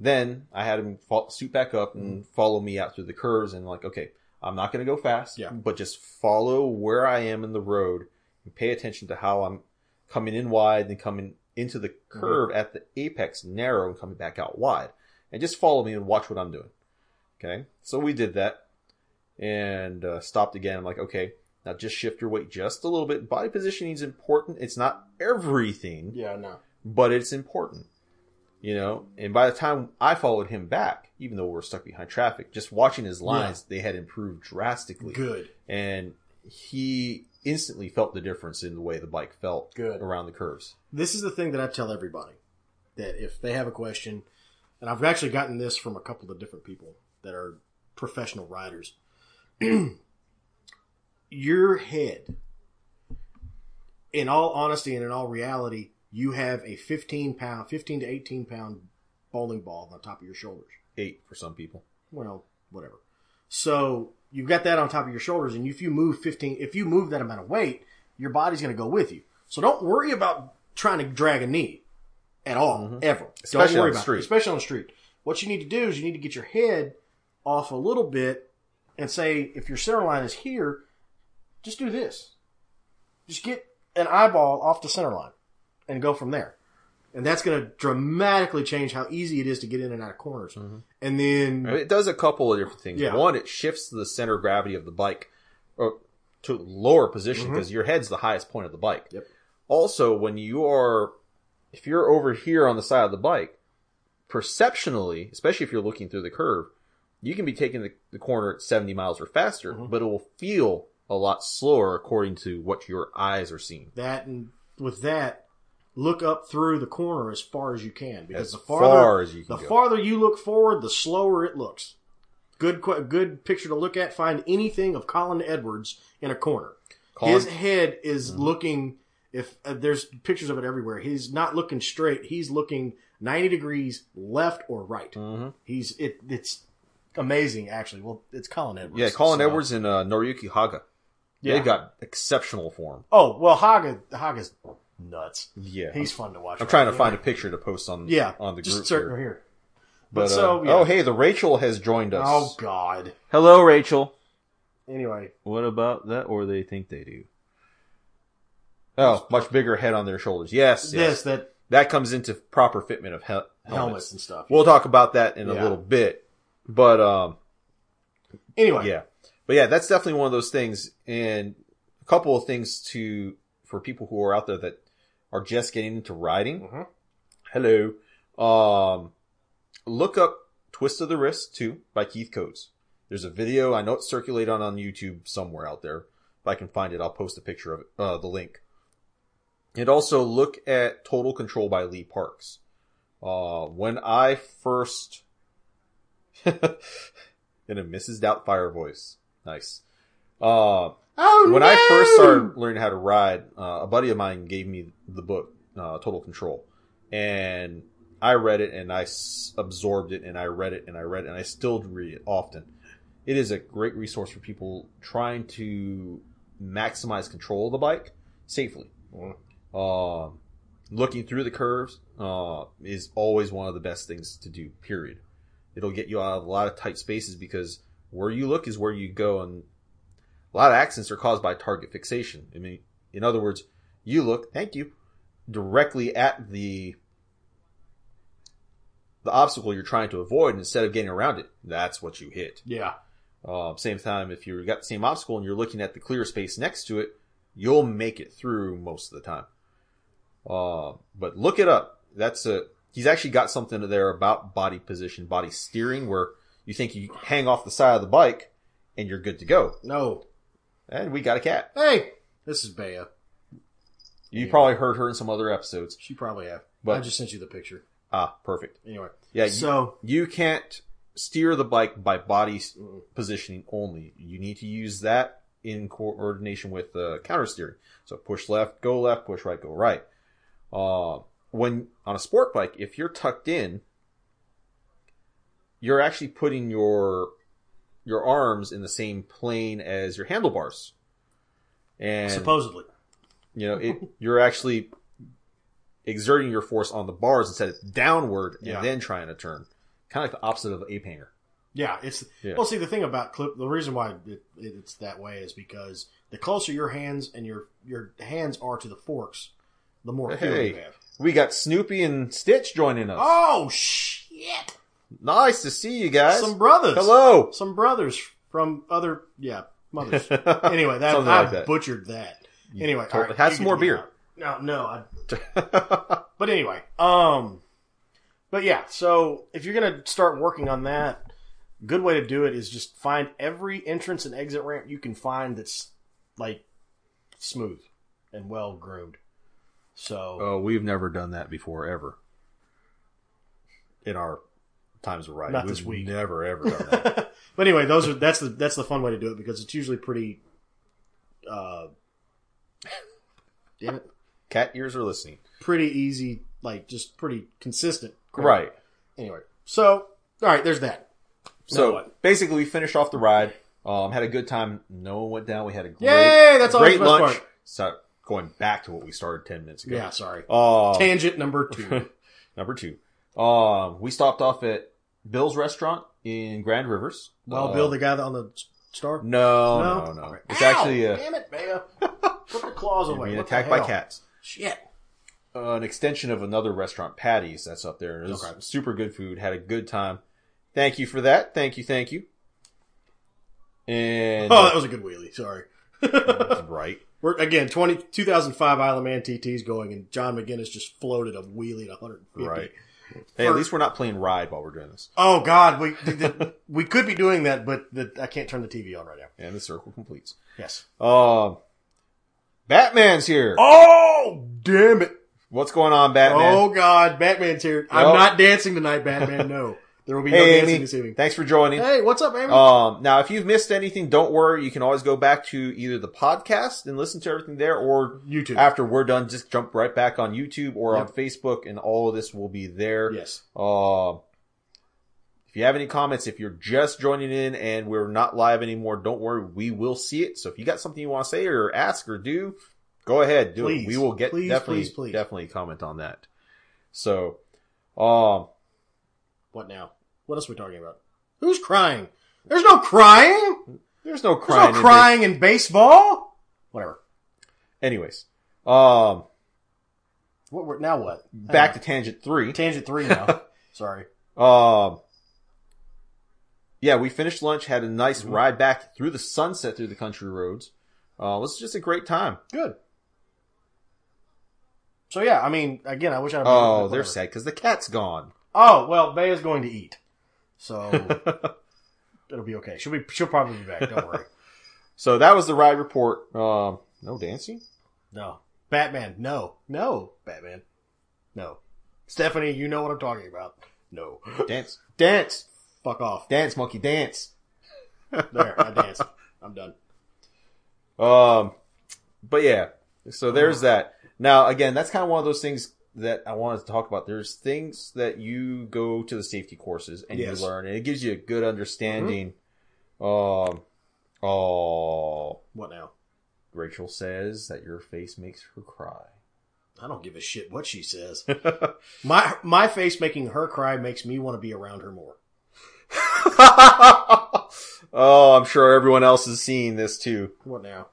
[SPEAKER 1] Then I had him fall, suit back up and follow me out through the curves and like, okay, I'm not going to go fast,
[SPEAKER 2] Yeah.
[SPEAKER 1] but just follow where I am in the road and pay attention to how I'm coming in wide and coming into the curve at the apex narrow and coming back out wide and just follow me and watch what I'm doing. Okay. So we did that and uh, stopped again. I'm like, okay, now just shift your weight just a little bit. Body positioning is important. It's not everything
[SPEAKER 2] Yeah, no.
[SPEAKER 1] but it's important, you know. And by the time I followed him back, even though we were stuck behind traffic, just watching his lines, they had improved drastically,
[SPEAKER 2] Good,
[SPEAKER 1] and he instantly felt the difference in the way the bike felt
[SPEAKER 2] Good.
[SPEAKER 1] around the curves.
[SPEAKER 2] this is the thing that I tell everybody that if they have a question, and I've actually gotten this from a couple of different people that are professional riders. [clears throat] Your head, in all honesty and in all reality, you have a 15 pound, 15 to 18 pound bowling ball on the top of your shoulders.
[SPEAKER 1] Eight for some people.
[SPEAKER 2] well, whatever. So you've got that on top of your shoulders, and if you move fifteen, if you move that amount of weight, your body's going to go with you. So don't worry about trying to drag a knee at all, ever.
[SPEAKER 1] Mm-hmm. Especially
[SPEAKER 2] don't worry
[SPEAKER 1] on the
[SPEAKER 2] about
[SPEAKER 1] street.
[SPEAKER 2] It, especially on the street. What you need to do is you need to get your head off a little bit and say, if your center line is here, just do this. Just get an eyeball off the center line and go from there. and that's going to dramatically change how easy it is to get in and out of corners.
[SPEAKER 1] Mm-hmm.
[SPEAKER 2] And then
[SPEAKER 1] It does a couple of different things.
[SPEAKER 2] Yeah.
[SPEAKER 1] One, it shifts the center of gravity of the bike or to lower position because your head's the highest point of the bike.
[SPEAKER 2] Mm-hmm. Yep.
[SPEAKER 1] Also, when you are, if you're over here on the side of the bike, perceptionally, especially if you're looking through the curve, you can be taking the, the corner at 70 miles or faster,
[SPEAKER 2] Mm-hmm.
[SPEAKER 1] but it will feel a lot slower according to what your eyes are seeing.
[SPEAKER 2] that and with that, look up through the corner as far as you can because
[SPEAKER 1] As
[SPEAKER 2] the farther
[SPEAKER 1] far as you can
[SPEAKER 2] the
[SPEAKER 1] go.
[SPEAKER 2] farther you look forward, the slower it looks. Good, que- good picture to look at. Find anything of Colin Edwards in a corner.
[SPEAKER 1] Colin-
[SPEAKER 2] His head is
[SPEAKER 1] Mm-hmm.
[SPEAKER 2] looking. If uh, there's pictures of it everywhere, he's not looking straight. He's looking 90 degrees left or right.
[SPEAKER 1] Mm-hmm.
[SPEAKER 2] He's it. It's amazing, actually. Well, it's Colin Edwards.
[SPEAKER 1] yeah, Colin
[SPEAKER 2] so-
[SPEAKER 1] Edwards and uh, Noriyuki Haga.
[SPEAKER 2] Yeah.
[SPEAKER 1] They got exceptional form.
[SPEAKER 2] Oh well, Haga. Haga's nuts.
[SPEAKER 1] Yeah.
[SPEAKER 2] He's fun to watch.
[SPEAKER 1] I'm trying to find a picture to post on
[SPEAKER 2] Yeah,
[SPEAKER 1] on the
[SPEAKER 2] just
[SPEAKER 1] group.
[SPEAKER 2] start
[SPEAKER 1] here.
[SPEAKER 2] right here.
[SPEAKER 1] But,
[SPEAKER 2] But so,
[SPEAKER 1] uh,
[SPEAKER 2] yeah.
[SPEAKER 1] oh hey, the Rachel has joined us.
[SPEAKER 2] Oh God.
[SPEAKER 1] Hello, Rachel.
[SPEAKER 2] Anyway,
[SPEAKER 1] What about that? Or they think they do. Oh, much bigger head on their shoulders. Yes, yes.
[SPEAKER 2] this that
[SPEAKER 1] That comes into proper fitment of he- helmets.
[SPEAKER 2] helmets and stuff.
[SPEAKER 1] We'll talk about that in a
[SPEAKER 2] Yeah.
[SPEAKER 1] little bit. But um,
[SPEAKER 2] anyway,
[SPEAKER 1] yeah, but yeah, that's definitely one of those things, and a couple of things to for people who are out there that are just getting into riding.
[SPEAKER 2] Mhm.
[SPEAKER 1] Hello, um, look up "Twist of the Wrist" too by Keith Coates. There's a video I know it's circulated on on YouTube somewhere out there. If I can find it, I'll post a picture of it, uh, the link. And also look at "Total Control" by Lee Parks. Uh, when I first [laughs] in a Mrs. Doubtfire voice. Nice. Uh,
[SPEAKER 2] Oh
[SPEAKER 1] when
[SPEAKER 2] no!
[SPEAKER 1] I first started learning how to ride, uh, a buddy of mine gave me the book, uh, Total Control. And I read it and I s- absorbed it and I read it and I read it and I still read it often. It is a great resource for people trying to maximize control of the bike safely.
[SPEAKER 2] Mhm.
[SPEAKER 1] Um, looking through the curves uh, is always one of the best things to do, period. It'll get you out of a lot of tight spaces because where you look is where you go and a lot of accidents are caused by target fixation. I mean, in other words, you look, thank you, directly at the the obstacle you're trying to avoid, and instead of getting around it, that's what you hit.
[SPEAKER 2] yeah,
[SPEAKER 1] Uh, same time, if you've got the same obstacle and you're looking at the clear space next to it, you'll make it through most of the time. Uh, but look it up. That's a, he's actually got something there about body position, body steering, where you think you hang off the side of the bike and you're good to go.
[SPEAKER 2] no.
[SPEAKER 1] And we got a cat.
[SPEAKER 2] Hey, this is Bea.
[SPEAKER 1] You probably heard her in some other episodes.
[SPEAKER 2] She probably have.
[SPEAKER 1] But-
[SPEAKER 2] I just sent you the picture.
[SPEAKER 1] Ah, perfect.
[SPEAKER 2] Anyway,
[SPEAKER 1] Yeah, you,
[SPEAKER 2] so
[SPEAKER 1] you can't steer the bike by body s- positioning only. You need to use that in coordination with uh, counter steering. So push left, go left, push right, go right. Uh, when on a sport bike, if you're tucked in, you're actually putting your your arms in the same plane as your handlebars. And
[SPEAKER 2] supposedly,
[SPEAKER 1] you know, it, you're actually exerting your force on the bars instead of downward and
[SPEAKER 2] Yeah.
[SPEAKER 1] then trying to turn. Kind of like the opposite of an ape hanger.
[SPEAKER 2] yeah. It's
[SPEAKER 1] Yeah.
[SPEAKER 2] well. See, the thing about clip, the reason why it, it, it's that way is because the closer your hands and your your hands are to the forks, the more feel you
[SPEAKER 1] Hey.
[SPEAKER 2] have.
[SPEAKER 1] We got Snoopy and Stitch joining us.
[SPEAKER 2] Oh shit!
[SPEAKER 1] Nice to see you guys.
[SPEAKER 2] Some brothers. [laughs]
[SPEAKER 1] Hello. [laughs]
[SPEAKER 2] Some brothers from other yeah mothers. anyway, that,
[SPEAKER 1] Something
[SPEAKER 2] I
[SPEAKER 1] like that.
[SPEAKER 2] butchered that. Anyway,
[SPEAKER 1] told-
[SPEAKER 2] all right,
[SPEAKER 1] have
[SPEAKER 2] you
[SPEAKER 1] some
[SPEAKER 2] can
[SPEAKER 1] more
[SPEAKER 2] leave
[SPEAKER 1] beer.
[SPEAKER 2] now. No, no. I, but anyway, um, but yeah. So if you're gonna start working on that, good way to do it is just find every entrance and exit ramp you can find that's like smooth and well groomed. So [laughs]
[SPEAKER 1] oh, we've never done that before ever. In our times of riding.
[SPEAKER 2] Not
[SPEAKER 1] we've
[SPEAKER 2] this week.
[SPEAKER 1] Never ever
[SPEAKER 2] [laughs]
[SPEAKER 1] done that.
[SPEAKER 2] but anyway, those are that's the that's the fun way to do it because it's usually pretty. Uh, [laughs] damn it.
[SPEAKER 1] Cat ears are listening.
[SPEAKER 2] pretty easy, like just pretty consistent.
[SPEAKER 1] Right.
[SPEAKER 2] Anyway, so all right, there's that.
[SPEAKER 1] So
[SPEAKER 2] Now what?
[SPEAKER 1] basically, we finished off the ride. Um, had a good time. No one went down. We had a great,
[SPEAKER 2] Yay, that's always
[SPEAKER 1] great
[SPEAKER 2] the best
[SPEAKER 1] lunch.
[SPEAKER 2] part.
[SPEAKER 1] So going back to what we started ten minutes ago.
[SPEAKER 2] Yeah, sorry.
[SPEAKER 1] Uh,
[SPEAKER 2] Tangent number
[SPEAKER 1] [laughs]
[SPEAKER 2] two. [laughs]
[SPEAKER 1] number two. Um, we stopped off at Bill's restaurant in Grand Rivers.
[SPEAKER 2] Well,
[SPEAKER 1] Uh,
[SPEAKER 2] Bill, the guy that on the s- star.
[SPEAKER 1] No, no, no.
[SPEAKER 2] All right.
[SPEAKER 1] It's
[SPEAKER 2] Ow!
[SPEAKER 1] actually uh, [laughs]
[SPEAKER 2] damn it, Bea. Put the claws away.
[SPEAKER 1] being
[SPEAKER 2] What the
[SPEAKER 1] attacked by
[SPEAKER 2] hell?
[SPEAKER 1] cats.
[SPEAKER 2] Shit.
[SPEAKER 1] uh, an extension of another restaurant, Patty's, that's up there. It was
[SPEAKER 2] Okay.
[SPEAKER 1] super good food. Had a good time. Thank you for that. Thank you. Thank you. And [laughs]
[SPEAKER 2] Oh, that was a good wheelie. Sorry.
[SPEAKER 1] right.
[SPEAKER 2] We're again 20, 2005 Isle of Man TT's going, and John McGinnis just floated a wheelie at 150.
[SPEAKER 1] Right. Hey, at least we're not playing ride while we're doing this.
[SPEAKER 2] Oh God, we the, the, we could be doing that, but the, I can't turn the TV on right now.
[SPEAKER 1] And the circle completes. [laughs]
[SPEAKER 2] Yes.
[SPEAKER 1] Um, Batman's here.
[SPEAKER 2] Oh damn it!
[SPEAKER 1] What's going on, Batman?
[SPEAKER 2] Oh God, Batman's here.
[SPEAKER 1] Well-
[SPEAKER 2] I'm not dancing tonight, Batman.
[SPEAKER 1] [laughs]
[SPEAKER 2] No, there will be no
[SPEAKER 1] hey,
[SPEAKER 2] dancing
[SPEAKER 1] Amy.
[SPEAKER 2] this evening.
[SPEAKER 1] Thanks for joining.
[SPEAKER 2] Hey, what's up, Amy?
[SPEAKER 1] Um, now, if you've missed anything, don't worry. You can always go back to either the podcast and listen to everything there, or
[SPEAKER 2] YouTube.
[SPEAKER 1] after we're done, just jump right back on YouTube or on Facebook, and all of this will be there.
[SPEAKER 2] yes.
[SPEAKER 1] Um, if you have any comments, if you're just joining in and we're not live anymore, don't worry. We will see it. So if you got something you want to say or ask or do, go ahead. Do
[SPEAKER 2] Please.
[SPEAKER 1] it. We will get
[SPEAKER 2] Please,
[SPEAKER 1] definitely,
[SPEAKER 2] please, please.
[SPEAKER 1] definitely comment on that. So, um,
[SPEAKER 2] What now? What else are we talking about? Who's crying? There's no crying.
[SPEAKER 1] there's no
[SPEAKER 2] There's
[SPEAKER 1] crying.
[SPEAKER 2] no
[SPEAKER 1] in
[SPEAKER 2] crying in baseball. Whatever.
[SPEAKER 1] this. Anyways, um,
[SPEAKER 2] What? We're, now what?
[SPEAKER 1] back to tangent three.
[SPEAKER 2] tangent
[SPEAKER 1] [laughs]
[SPEAKER 2] three now. Sorry.
[SPEAKER 1] Um, yeah, we finished lunch, had a nice
[SPEAKER 2] Mm-hmm.
[SPEAKER 1] ride back through the sunset through the country roads. Uh, it was just a great time.
[SPEAKER 2] Good. So yeah, I mean, again, I wish I.
[SPEAKER 1] Oh, they're
[SPEAKER 2] whatever.
[SPEAKER 1] sad because the cat's gone. [laughs]
[SPEAKER 2] Oh well, Baya's going to eat, so it'll be okay. She'll be. She'll probably be back. Don't worry.
[SPEAKER 1] So that was the ride report. Um, no
[SPEAKER 2] [laughs]
[SPEAKER 1] dancing.
[SPEAKER 2] No, Batman. No, no, Batman. No, Stephanie. You know what I'm talking about. No,
[SPEAKER 1] Dance, dance,
[SPEAKER 2] fuck off.
[SPEAKER 1] dance, monkey, dance.
[SPEAKER 2] [laughs] There, I danced. I'm done.
[SPEAKER 1] Um, but yeah, so
[SPEAKER 2] Oh.
[SPEAKER 1] there's that. Now, again, that's kind of one of those things that I wanted to talk about. There's things that you go to the safety courses and
[SPEAKER 2] Yes. Mm-hmm.
[SPEAKER 1] you learn, and it gives you a good understanding. Um, oh,
[SPEAKER 2] What now?
[SPEAKER 1] Rachel says that your face makes her cry. [laughs]
[SPEAKER 2] I don't give a shit what she says. my my face making her cry makes me want to be around her more.
[SPEAKER 1] oh, I'm sure everyone else is seeing this too.
[SPEAKER 2] What now?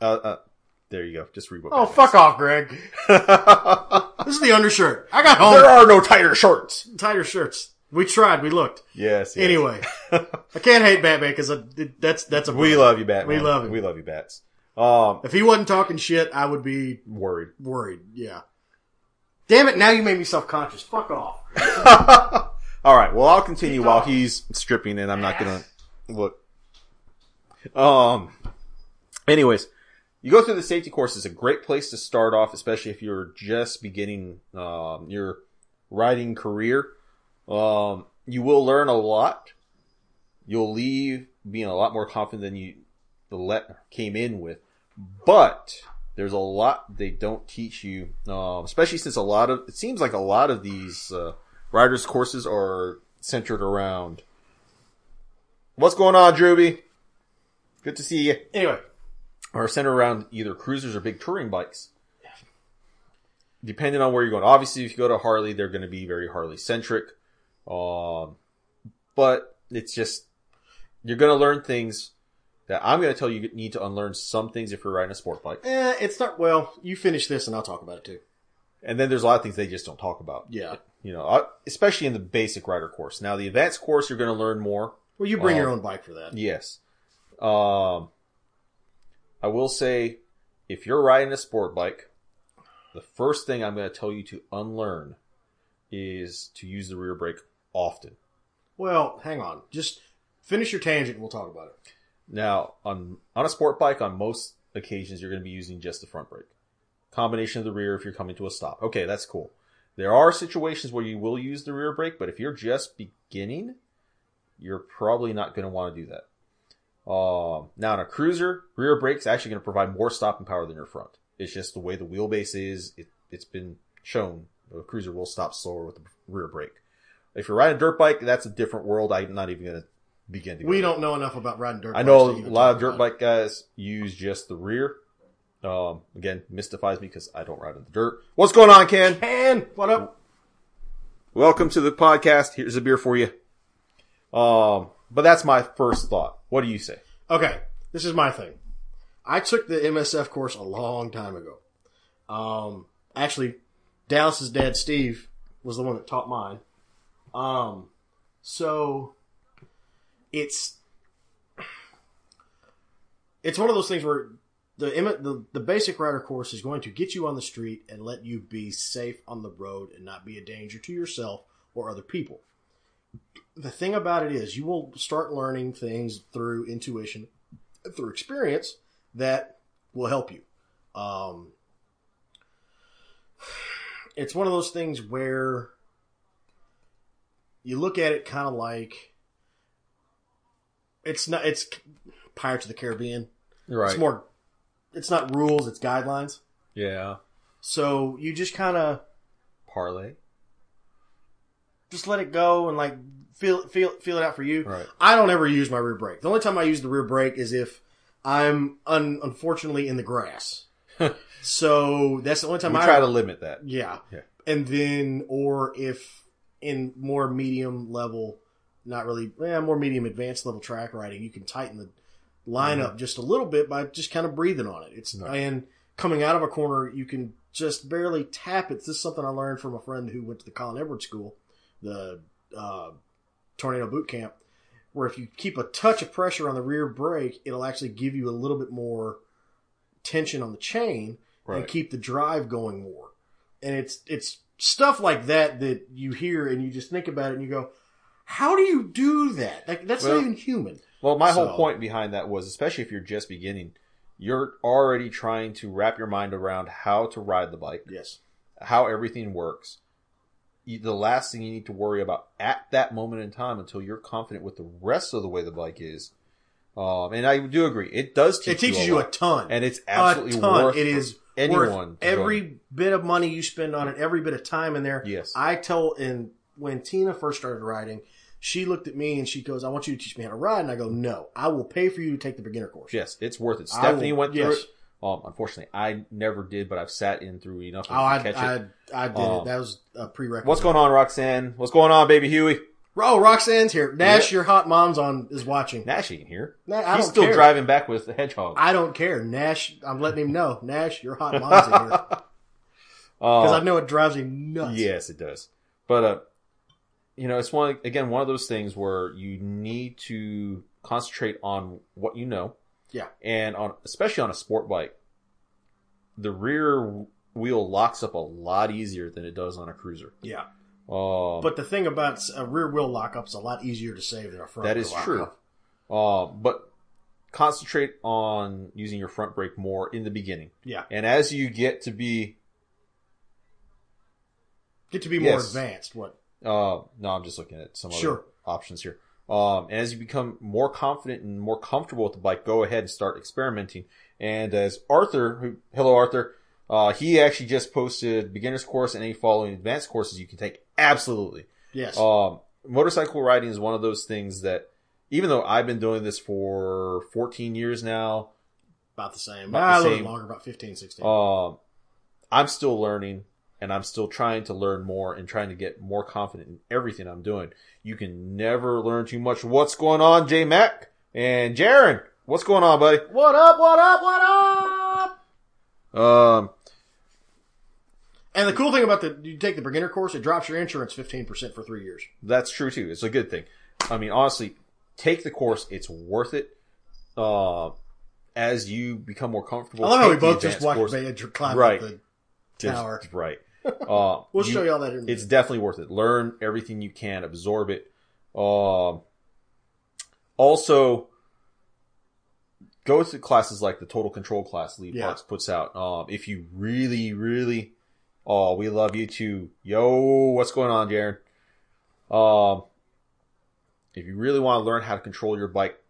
[SPEAKER 1] Uh, uh there you go. Just read what. [laughs]
[SPEAKER 2] Oh,
[SPEAKER 1] Batman
[SPEAKER 2] fuck off, Greg. [laughs] This is the undershirt. I got home.
[SPEAKER 1] are no tighter shorts.
[SPEAKER 2] Tighter shirts. We tried. We looked.
[SPEAKER 1] Yes. yes.
[SPEAKER 2] Anyway, I can't hate Batman because that's that's a
[SPEAKER 1] we love you, Batman.
[SPEAKER 2] We love you.
[SPEAKER 1] We love you, Bats. Um,
[SPEAKER 2] If he wasn't talking shit, I would be
[SPEAKER 1] worried.
[SPEAKER 2] worried. Yeah. Damn it! Now you made me self conscious. Fuck off.
[SPEAKER 1] All right. Well, I'll continue while he's stripping, and I'm not gonna look. Um. Anyways, you go through the safety course. It's a great place to start off, especially if you're just beginning um, your riding career. Um, you will learn a lot. You'll leave being a lot more confident than you the let came in with, but there's a lot they don't teach you, um, especially since a lot of it seems like a lot of these uh, riders courses are centered around. What's going on, Drewby? Good to see you.
[SPEAKER 2] Anyway,
[SPEAKER 1] Are centered around either cruisers or big touring bikes. Depending on where you're going. Obviously, if you go to Harley, they're going to be very Harley centric. Um, but it's just, you're going to learn things that I'm going to tell you you need to unlearn some things if you're riding a sport bike.
[SPEAKER 2] eh, it's not. Well, you finish this and I'll talk about it too.
[SPEAKER 1] And then there's a lot of things they just don't talk about.
[SPEAKER 2] Yeah.
[SPEAKER 1] You know, I- especially in the basic rider course. Now, the advanced course, you're going to learn more.
[SPEAKER 2] Well, you bring
[SPEAKER 1] Oh.
[SPEAKER 2] your own bike for that.
[SPEAKER 1] Yes. Um, I will say, if you're riding a sport bike, the first thing I'm going to tell you to unlearn is to use the rear brake often.
[SPEAKER 2] Well, hang on. Just finish your tangent. and We'll talk about it.
[SPEAKER 1] Now, on on a sport bike, on most occasions, you're going to be using just the front brake, combination of the rear if you're coming to a stop. Okay, that's cool. There are situations where you will use the rear brake, but if you're just beginning, you're probably not going to want to do that. Um, now, on a cruiser, rear brake's actually going to provide more stopping power than your front. It's just the way the wheelbase is. It, it's been shown the cruiser will stop slower with the rear brake. If you're riding a dirt bike, that's a different world. I'm not even going to begin to. go
[SPEAKER 2] We
[SPEAKER 1] there.
[SPEAKER 2] don't know enough about riding dirt.
[SPEAKER 1] I
[SPEAKER 2] bikes
[SPEAKER 1] know
[SPEAKER 2] to
[SPEAKER 1] a
[SPEAKER 2] even
[SPEAKER 1] lot
[SPEAKER 2] talk
[SPEAKER 1] of dirt
[SPEAKER 2] about it.
[SPEAKER 1] bike guys use just the rear. Um, again, mystifies me because I don't ride in the dirt. What's going on, Ken?
[SPEAKER 2] And what up?
[SPEAKER 1] Welcome to the podcast. Here's a beer for you. Um, but that's my first thought. What do you say?
[SPEAKER 2] Okay, this is my thing. I took the MSF course a long time ago. Um, actually, Dallas's dad, Steve, was the one that taught mine. Um, so it's it's one of those things where the imi- the the basic rider course is going to get you on the street and let you be safe on the road and not be a danger to yourself or other people. The thing about it is, you will start learning things through intuition, through experience that will help you. Um, it's one of those things where you look at it kind of like it's not it's Pirates of the Caribbean.
[SPEAKER 1] Right.
[SPEAKER 2] It's more it's not rules, it's guidelines.
[SPEAKER 1] yeah.
[SPEAKER 2] So you just kind of
[SPEAKER 1] Parlay.
[SPEAKER 2] just let it go and like feel feel feel it out for you.
[SPEAKER 1] Right.
[SPEAKER 2] I don't ever use my rear brake. The only time I use the rear brake is if I'm un- unfortunately in
[SPEAKER 1] [laughs]
[SPEAKER 2] the grass. so that's the only
[SPEAKER 1] We
[SPEAKER 2] time I
[SPEAKER 1] try to limit that.
[SPEAKER 2] Yeah.
[SPEAKER 1] Yeah.
[SPEAKER 2] And then, or if in more medium level, not really, eh, more medium advanced level track riding, you can tighten the line up just a little bit by just kind of breathing on it. It's
[SPEAKER 1] Mm-hmm. Right.
[SPEAKER 2] and coming out of a corner, you can just barely tap it. This is something I learned from a friend who went to the Colin Edwards School, the uh, tornado boot camp, where if you keep a touch of pressure on the rear brake, it'll actually give you a little bit more tension on the chain and
[SPEAKER 1] Right.
[SPEAKER 2] keep the drive going more. And it's it's stuff like that that you hear and you just think about it and you go, how do you do that? Like that's
[SPEAKER 1] Well-
[SPEAKER 2] not even human.
[SPEAKER 1] Well, my
[SPEAKER 2] So-
[SPEAKER 1] whole point behind that was, especially if you're just beginning, you're already trying to wrap your mind around how to ride the bike,
[SPEAKER 2] Yes.
[SPEAKER 1] how everything works. You- The last thing you need to worry about at that moment in time until you're confident with the rest of the way the bike is. Um, and I do agree, it does teach
[SPEAKER 2] It teaches you a
[SPEAKER 1] lot.
[SPEAKER 2] ton.
[SPEAKER 1] and it's
[SPEAKER 2] a
[SPEAKER 1] absolutely
[SPEAKER 2] ton.
[SPEAKER 1] worth
[SPEAKER 2] it is
[SPEAKER 1] anyone
[SPEAKER 2] worth
[SPEAKER 1] to join.
[SPEAKER 2] every bit of money you spend on it, every bit of time in there.
[SPEAKER 1] Yes.
[SPEAKER 2] I tell and when Tina first started riding, she looked at me and she goes, "I want you to teach me how to ride." And I go, "No, I will pay for you to take the beginner course."
[SPEAKER 1] Yes, it's worth it.
[SPEAKER 2] I
[SPEAKER 1] Stephanie
[SPEAKER 2] will-
[SPEAKER 1] went through
[SPEAKER 2] yes.
[SPEAKER 1] it. Um, unfortunately, I never did, but I've sat in through enough
[SPEAKER 2] Oh,
[SPEAKER 1] of
[SPEAKER 2] I,
[SPEAKER 1] it to catch it.
[SPEAKER 2] I, I did it.
[SPEAKER 1] Um,
[SPEAKER 2] That was a prerequisite.
[SPEAKER 1] What's going on, Roxanne? What's going on, baby Huey?
[SPEAKER 2] Oh, Roxanne's here. Nash,
[SPEAKER 1] Yep.
[SPEAKER 2] your hot mom's on is watching.
[SPEAKER 1] Nash ain't here.
[SPEAKER 2] Nah, I
[SPEAKER 1] He's
[SPEAKER 2] don't
[SPEAKER 1] still
[SPEAKER 2] care.
[SPEAKER 1] driving back with the hedgehog.
[SPEAKER 2] I don't care. Nash, I'm letting him know. Nash, your hot mom's in here
[SPEAKER 1] [laughs]
[SPEAKER 2] because I
[SPEAKER 1] Uh,
[SPEAKER 2] know it drives him nuts.
[SPEAKER 1] yes, it does. But uh, you know, it's one again one of those things where you need to concentrate on what you know.
[SPEAKER 2] Yeah.
[SPEAKER 1] and on especially on a sport bike, the rear wheel locks up a lot easier than it does on a cruiser.
[SPEAKER 2] yeah.
[SPEAKER 1] Um,
[SPEAKER 2] But the thing about s- a rear wheel lockup's a lot easier to save than a front.
[SPEAKER 1] That
[SPEAKER 2] wheel
[SPEAKER 1] is true.
[SPEAKER 2] lockup.
[SPEAKER 1] Uh, but concentrate on using your front brake more in the beginning.
[SPEAKER 2] Yeah,
[SPEAKER 1] And as you get to be,
[SPEAKER 2] get to be more
[SPEAKER 1] Yes.
[SPEAKER 2] advanced. What?
[SPEAKER 1] uh, no, I'm just looking at some other
[SPEAKER 2] Sure.
[SPEAKER 1] options here. Um, and as you become more confident and more comfortable with the bike, go ahead and start experimenting. And as Arthur, who, hello Arthur, uh, he actually just posted beginner's course and any following advanced courses you can take. Absolutely.
[SPEAKER 2] Yes.
[SPEAKER 1] Um, motorcycle riding is one of those things that, even though I've been doing this for 14 years now,
[SPEAKER 2] about the same.
[SPEAKER 1] about
[SPEAKER 2] Ah,
[SPEAKER 1] the
[SPEAKER 2] a little
[SPEAKER 1] same.
[SPEAKER 2] longer, about 15, 16.
[SPEAKER 1] Um, I'm still learning and I'm still trying to learn more and trying to get more confident in everything I'm doing. You can never learn too much. What's going on, J Mac and Jaron? What's going on, buddy?
[SPEAKER 2] what up? What up? What up?
[SPEAKER 1] Um,
[SPEAKER 2] And the cool thing about the you take the beginner course, it drops your insurance 15% for three years.
[SPEAKER 1] that's true too. It's a good thing. I mean, honestly, take the course. It's worth it. Uh, as you become more comfortable.
[SPEAKER 2] I love how we
[SPEAKER 1] take the
[SPEAKER 2] both just
[SPEAKER 1] advanced
[SPEAKER 2] watched
[SPEAKER 1] course.
[SPEAKER 2] Vaya dr- climb
[SPEAKER 1] Right.
[SPEAKER 2] up the
[SPEAKER 1] Just-
[SPEAKER 2] tower.
[SPEAKER 1] Right. Uh,
[SPEAKER 2] [laughs] We'll
[SPEAKER 1] you-
[SPEAKER 2] show you all that in a minute.
[SPEAKER 1] it's definitely worth it. Learn everything you can, absorb it. Um, also, go to classes like the Total Control class Lee
[SPEAKER 2] Yeah.
[SPEAKER 1] Parks puts out. Um, if you really, really, oh, we love you too. Yo, what's going on, Jaron? Um, if you really want to learn how to control your bike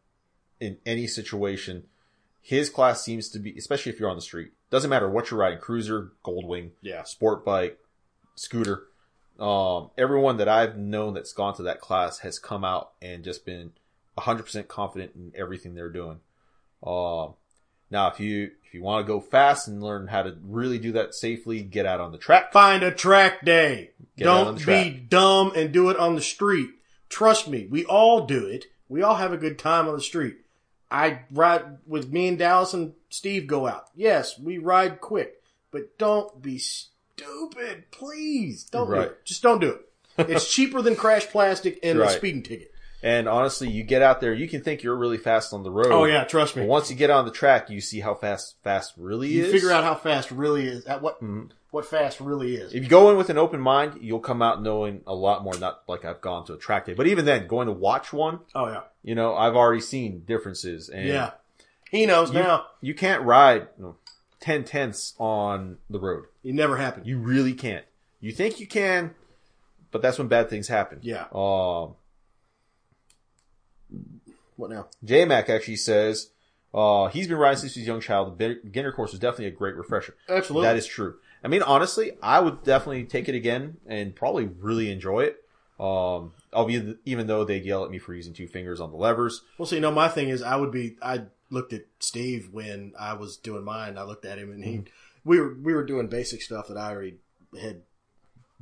[SPEAKER 1] in any situation, his class seems to be, especially if you're on the street, doesn't matter what you're riding, cruiser, Goldwing,
[SPEAKER 2] Yeah.
[SPEAKER 1] sport bike, scooter. Um, everyone that I've known that's gone to that class has come out and just been 100% confident in everything they're doing. Um, now if you if you want to go fast and learn how to really do that safely, get out on the track.
[SPEAKER 2] Find a track day.
[SPEAKER 1] Get out on
[SPEAKER 2] Don't
[SPEAKER 1] the
[SPEAKER 2] be
[SPEAKER 1] track.
[SPEAKER 2] dumb and do it on the street. Trust me, we all do it. We all have a good time on the street. I ride with me and Dallas and Steve go out. Yes, we ride quick, but don't be s- stupid. Please don't do
[SPEAKER 1] Right.
[SPEAKER 2] it. Just don't do
[SPEAKER 1] [laughs]
[SPEAKER 2] it. It's cheaper than crash plastic and a
[SPEAKER 1] Right.
[SPEAKER 2] speeding ticket.
[SPEAKER 1] And honestly, you get out there, you can think you're really fast on the road.
[SPEAKER 2] Oh yeah, trust
[SPEAKER 1] But
[SPEAKER 2] me.
[SPEAKER 1] once you get on the track, you see how fast fast really
[SPEAKER 2] You
[SPEAKER 1] is.
[SPEAKER 2] figure out how fast really is at what
[SPEAKER 1] Mhm.
[SPEAKER 2] what fast really is.
[SPEAKER 1] If you go in with an open mind, you'll come out knowing a lot more. Not like I've gone to a track day, but even then, going to watch one,
[SPEAKER 2] Oh yeah,
[SPEAKER 1] you know, I've already seen differences. And
[SPEAKER 2] yeah. He knows now.
[SPEAKER 1] you can't ride you know, ten tenths on the road.
[SPEAKER 2] It never happened.
[SPEAKER 1] You really can't. You think you can, but that's when bad things happen.
[SPEAKER 2] Yeah.
[SPEAKER 1] Um,
[SPEAKER 2] What now?
[SPEAKER 1] JMac actually says uh, he's been riding since he was a young child. The beginner course was definitely a great refresher.
[SPEAKER 2] Absolutely.
[SPEAKER 1] That is true. I mean, honestly, I would definitely take it again and probably really enjoy it. Um, albeit, even though they yell at me for using two fingers on the levers.
[SPEAKER 2] Well, see, no, my thing is, I would be. I looked at Steve when I was doing mine. I looked at him, and he, we were we were doing basic stuff that I already had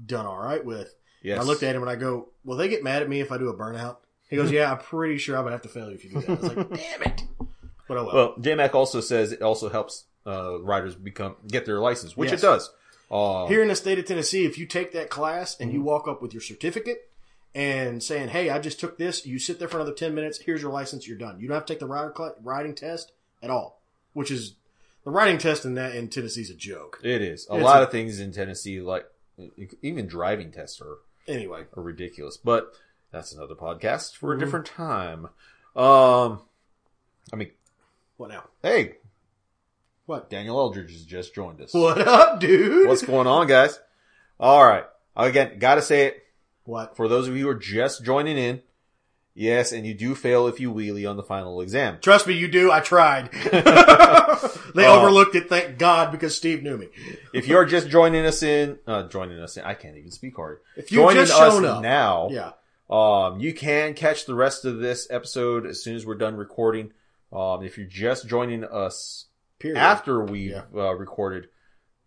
[SPEAKER 2] done all right with.
[SPEAKER 1] Yes.
[SPEAKER 2] I looked at him and I go, "Will they get mad at me if I do a burnout?" He goes, "Yeah, I'm pretty sure I'm gonna have to fail you if you do that." I was like, [laughs] "Damn it!" But oh well.
[SPEAKER 1] Well, JMac also says it also helps uh, riders become get their license, which
[SPEAKER 2] Yes.
[SPEAKER 1] it does. Uh,
[SPEAKER 2] Here in the state of Tennessee, if you take that class and you
[SPEAKER 1] Mm-hmm.
[SPEAKER 2] walk up with your certificate and saying, "Hey, I just took this," you sit there for another ten minutes. Here's your license. You're done. You don't have to take the rider cla- riding test at all, which is the riding test in that in Tennessee is a joke.
[SPEAKER 1] it is a
[SPEAKER 2] It's
[SPEAKER 1] lot
[SPEAKER 2] a-
[SPEAKER 1] of things in Tennessee, like even driving tests are
[SPEAKER 2] Anyway,
[SPEAKER 1] are ridiculous. But that's another podcast for a
[SPEAKER 2] Mhm.
[SPEAKER 1] different time. Um, I mean,
[SPEAKER 2] what now?
[SPEAKER 1] hey,
[SPEAKER 2] What?
[SPEAKER 1] Daniel Eldridge has just joined us.
[SPEAKER 2] [laughs] What up, dude?
[SPEAKER 1] What's going on, guys? All right. Again, gotta say it
[SPEAKER 2] what?
[SPEAKER 1] for those of you who are just joining in. Yes, and you do fail if you wheelie on the final
[SPEAKER 2] [laughs]
[SPEAKER 1] exam. [laughs]
[SPEAKER 2] Trust me, you do. I tried. [laughs] they
[SPEAKER 1] Oh.
[SPEAKER 2] overlooked it. Thank God, because Steve knew me.
[SPEAKER 1] If you are just joining us in, uh, joining us in, I can't even speak hard.
[SPEAKER 2] If you
[SPEAKER 1] joining
[SPEAKER 2] just
[SPEAKER 1] us
[SPEAKER 2] shown up,
[SPEAKER 1] now,
[SPEAKER 2] yeah,
[SPEAKER 1] Um, you can catch the rest of this episode as soon as we're done recording. Um, if you're just joining us
[SPEAKER 2] period.
[SPEAKER 1] after we've
[SPEAKER 2] Yeah.
[SPEAKER 1] uh, recorded,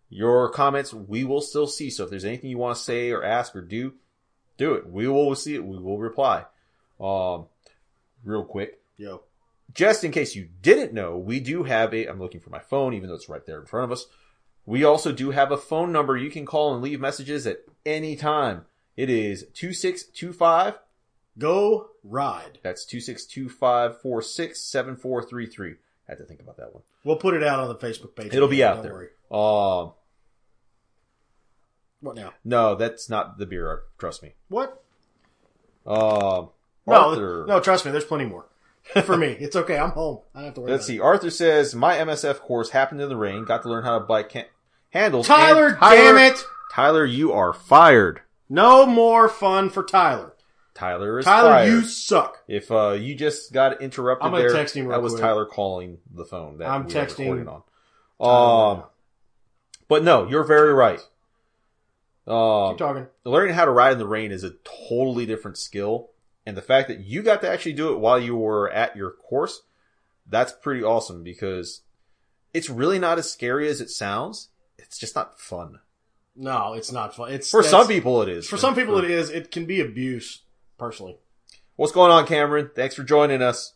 [SPEAKER 1] your comments we will still see. So if there's anything you want to say or ask or do, do it. We will see it. We will reply. Um, real quick,
[SPEAKER 2] Yo,
[SPEAKER 1] just in case you didn't know, we do have a. I'm looking for my phone, even though it's right there in front of us. We also do have a phone number you can call and leave messages at any time. It is two six two five.
[SPEAKER 2] go ride.
[SPEAKER 1] That's 2625467433. I had to think about that one.
[SPEAKER 2] We'll put it out on the Facebook page.
[SPEAKER 1] It'll be out
[SPEAKER 2] Don't
[SPEAKER 1] there.
[SPEAKER 2] worry.
[SPEAKER 1] Um,
[SPEAKER 2] What now?
[SPEAKER 1] no, that's not the beer. uh, Trust me.
[SPEAKER 2] What?
[SPEAKER 1] Um,
[SPEAKER 2] No,
[SPEAKER 1] Arthur.
[SPEAKER 2] no, trust me, there's plenty more. [laughs] For me, it's okay. I'm home. I don't have to worry.
[SPEAKER 1] Let's
[SPEAKER 2] about
[SPEAKER 1] see. Arthur says my MSF course happened in the rain. Got to learn how to bike can- handles.
[SPEAKER 2] It. Tyler,
[SPEAKER 1] and Tyler,
[SPEAKER 2] damn it!
[SPEAKER 1] Tyler, you are fired.
[SPEAKER 2] No more fun for Tyler.
[SPEAKER 1] Tyler is
[SPEAKER 2] Tyler,
[SPEAKER 1] fired.
[SPEAKER 2] you suck.
[SPEAKER 1] if uh, you just got interrupted
[SPEAKER 2] I'm gonna
[SPEAKER 1] there,
[SPEAKER 2] text him real
[SPEAKER 1] that was
[SPEAKER 2] quick.
[SPEAKER 1] Tyler calling the phone that
[SPEAKER 2] I'm
[SPEAKER 1] we
[SPEAKER 2] texting
[SPEAKER 1] were recording on.
[SPEAKER 2] Tyler.
[SPEAKER 1] Um, but no, you're very right. Um,
[SPEAKER 2] Keep talking.
[SPEAKER 1] learning how to ride in the rain is a totally different skill. And the fact that you got to actually do it while you were at your course, that's pretty awesome because it's really not as scary as it sounds. It's just not fun.
[SPEAKER 2] No, it's not fun. It's
[SPEAKER 1] For
[SPEAKER 2] that's-
[SPEAKER 1] some people, it is.
[SPEAKER 2] For some people, it is. It can be abuse. Personally,
[SPEAKER 1] What's going on, Cameron? Thanks for joining us.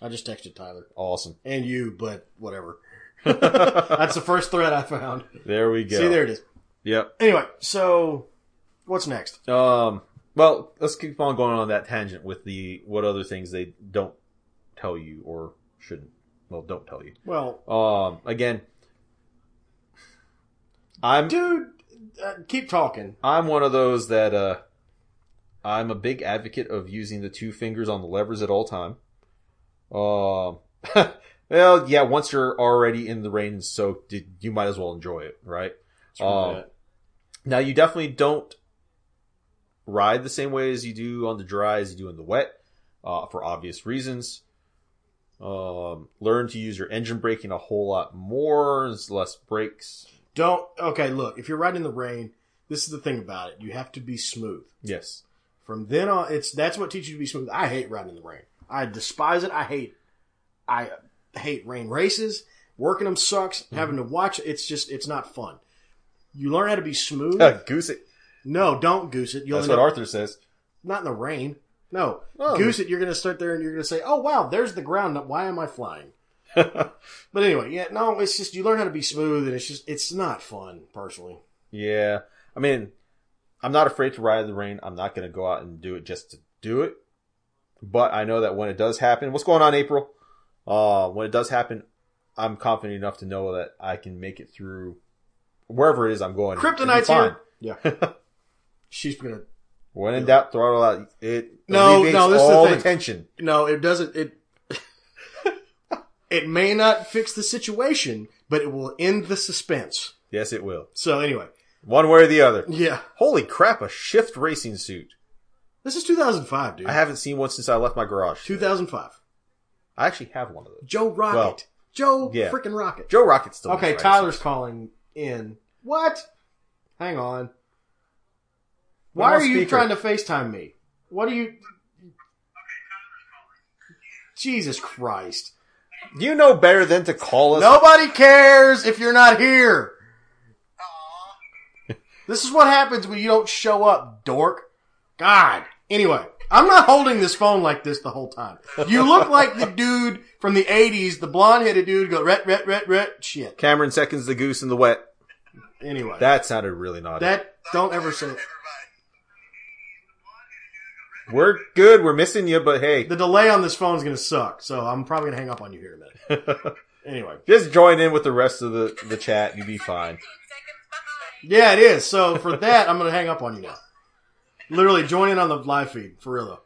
[SPEAKER 2] I just texted Tyler [laughs]
[SPEAKER 1] Awesome. [laughs]
[SPEAKER 2] and you, but whatever. That's the first thread I
[SPEAKER 1] [laughs]
[SPEAKER 2] found.
[SPEAKER 1] There we go.
[SPEAKER 2] See, there it is.
[SPEAKER 1] Yep.
[SPEAKER 2] Anyway, so what's next?
[SPEAKER 1] Um, well, let's keep on going on that tangent with the what other things they don't tell you or shouldn't. Well, don't tell you.
[SPEAKER 2] Well,
[SPEAKER 1] Um, again, I'm
[SPEAKER 2] dude, uh, keep talking.
[SPEAKER 1] I'm one of those that uh, I'm a big advocate of using the two fingers on the levers at all time. Um, [laughs] well, yeah, once you're already in the rain and soaked, you- you might as well enjoy it, right?
[SPEAKER 2] Screw
[SPEAKER 1] Um,
[SPEAKER 2] that.
[SPEAKER 1] Now, you definitely don't ride the same way as you do on the dry as you do in the wet, uh, for obvious reasons. Um, learn to use your engine braking a whole lot more. There's less brakes.
[SPEAKER 2] Don't. Okay, look. If you're riding in the rain, this is the thing about it. You have to be smooth.
[SPEAKER 1] Yes.
[SPEAKER 2] From then on, it's that's what teaches you to be smooth. I hate riding in the rain. I despise it. I hate. I hate rain races. Working them sucks.
[SPEAKER 1] Mm-hmm.
[SPEAKER 2] Having to watch it, it's just it's not fun. You learn how to be
[SPEAKER 1] [laughs]
[SPEAKER 2] smooth.
[SPEAKER 1] goose it.
[SPEAKER 2] no, don't goose it. You'll
[SPEAKER 1] That's
[SPEAKER 2] end
[SPEAKER 1] what
[SPEAKER 2] up
[SPEAKER 1] Arthur says. [laughs]
[SPEAKER 2] not in the rain. No,
[SPEAKER 1] Oh.
[SPEAKER 2] goose it. You're going to start there and you're going to say, "Oh wow, there's the ground. Why am I flying?" but anyway, yeah, no, it's just you learn how to be smooth, and it's just it's not fun personally.
[SPEAKER 1] Yeah. I mean, I'm not afraid to ride in the rain. I'm not going to go out and do it just to do it. But I know that when it does happen, what's going on, April? Uh, when it does happen, I'm confident enough to know that I can make it through wherever it is I'm going.
[SPEAKER 2] Kryptonite's
[SPEAKER 1] It'll be
[SPEAKER 2] here. Yeah. [laughs] She's gonna.
[SPEAKER 1] When in doubt, throttle out. It
[SPEAKER 2] No,
[SPEAKER 1] alleviates
[SPEAKER 2] no, this is the
[SPEAKER 1] all the,
[SPEAKER 2] thing.
[SPEAKER 1] tension.
[SPEAKER 2] No, it doesn't. It. [laughs] it may not fix the situation, but it will end the suspense.
[SPEAKER 1] Yes, it will.
[SPEAKER 2] So anyway,
[SPEAKER 1] One way or the other.
[SPEAKER 2] yeah,
[SPEAKER 1] Holy crap, a shift racing suit.
[SPEAKER 2] this is 2005, dude.
[SPEAKER 1] I haven't seen one since I left my garage.
[SPEAKER 2] 2005.
[SPEAKER 1] I actually have one of those.
[SPEAKER 2] Joe Rocket.
[SPEAKER 1] Well,
[SPEAKER 2] Joe
[SPEAKER 1] yeah.
[SPEAKER 2] freaking Rocket.
[SPEAKER 1] Joe Rocket still.
[SPEAKER 2] okay,
[SPEAKER 1] makes
[SPEAKER 2] Tyler's
[SPEAKER 1] racing
[SPEAKER 2] calling in. What? Hang on.
[SPEAKER 1] Put
[SPEAKER 2] Why
[SPEAKER 1] him
[SPEAKER 2] are
[SPEAKER 1] on
[SPEAKER 2] you
[SPEAKER 1] speaker.
[SPEAKER 2] trying to FaceTime me? What are you? Jesus Christ.
[SPEAKER 1] suits. You know better than to call us.
[SPEAKER 2] Nobody cares if you're not here. This is what happens when you don't show up, dork. God. Anyway, I'm not holding this phone like this the whole time. You look like the dude from the 80s, the blonde headed dude, go ret, ret, ret, ret, shit.
[SPEAKER 1] Cameron seconds the goose in the wet.
[SPEAKER 2] Anyway, that,
[SPEAKER 1] That sounded really naughty.
[SPEAKER 2] don't ever say it.
[SPEAKER 1] We're good. We're missing you, but hey,
[SPEAKER 2] The delay on this phone is going to suck, so I'm probably going to hang up on you here in a minute. anyway.
[SPEAKER 1] [laughs] just join in with the rest of the, the chat. You'll be fine.
[SPEAKER 2] Yeah, it is. So for that, I'm going to hang up on you now. Literally, join in on the live feed, for real though.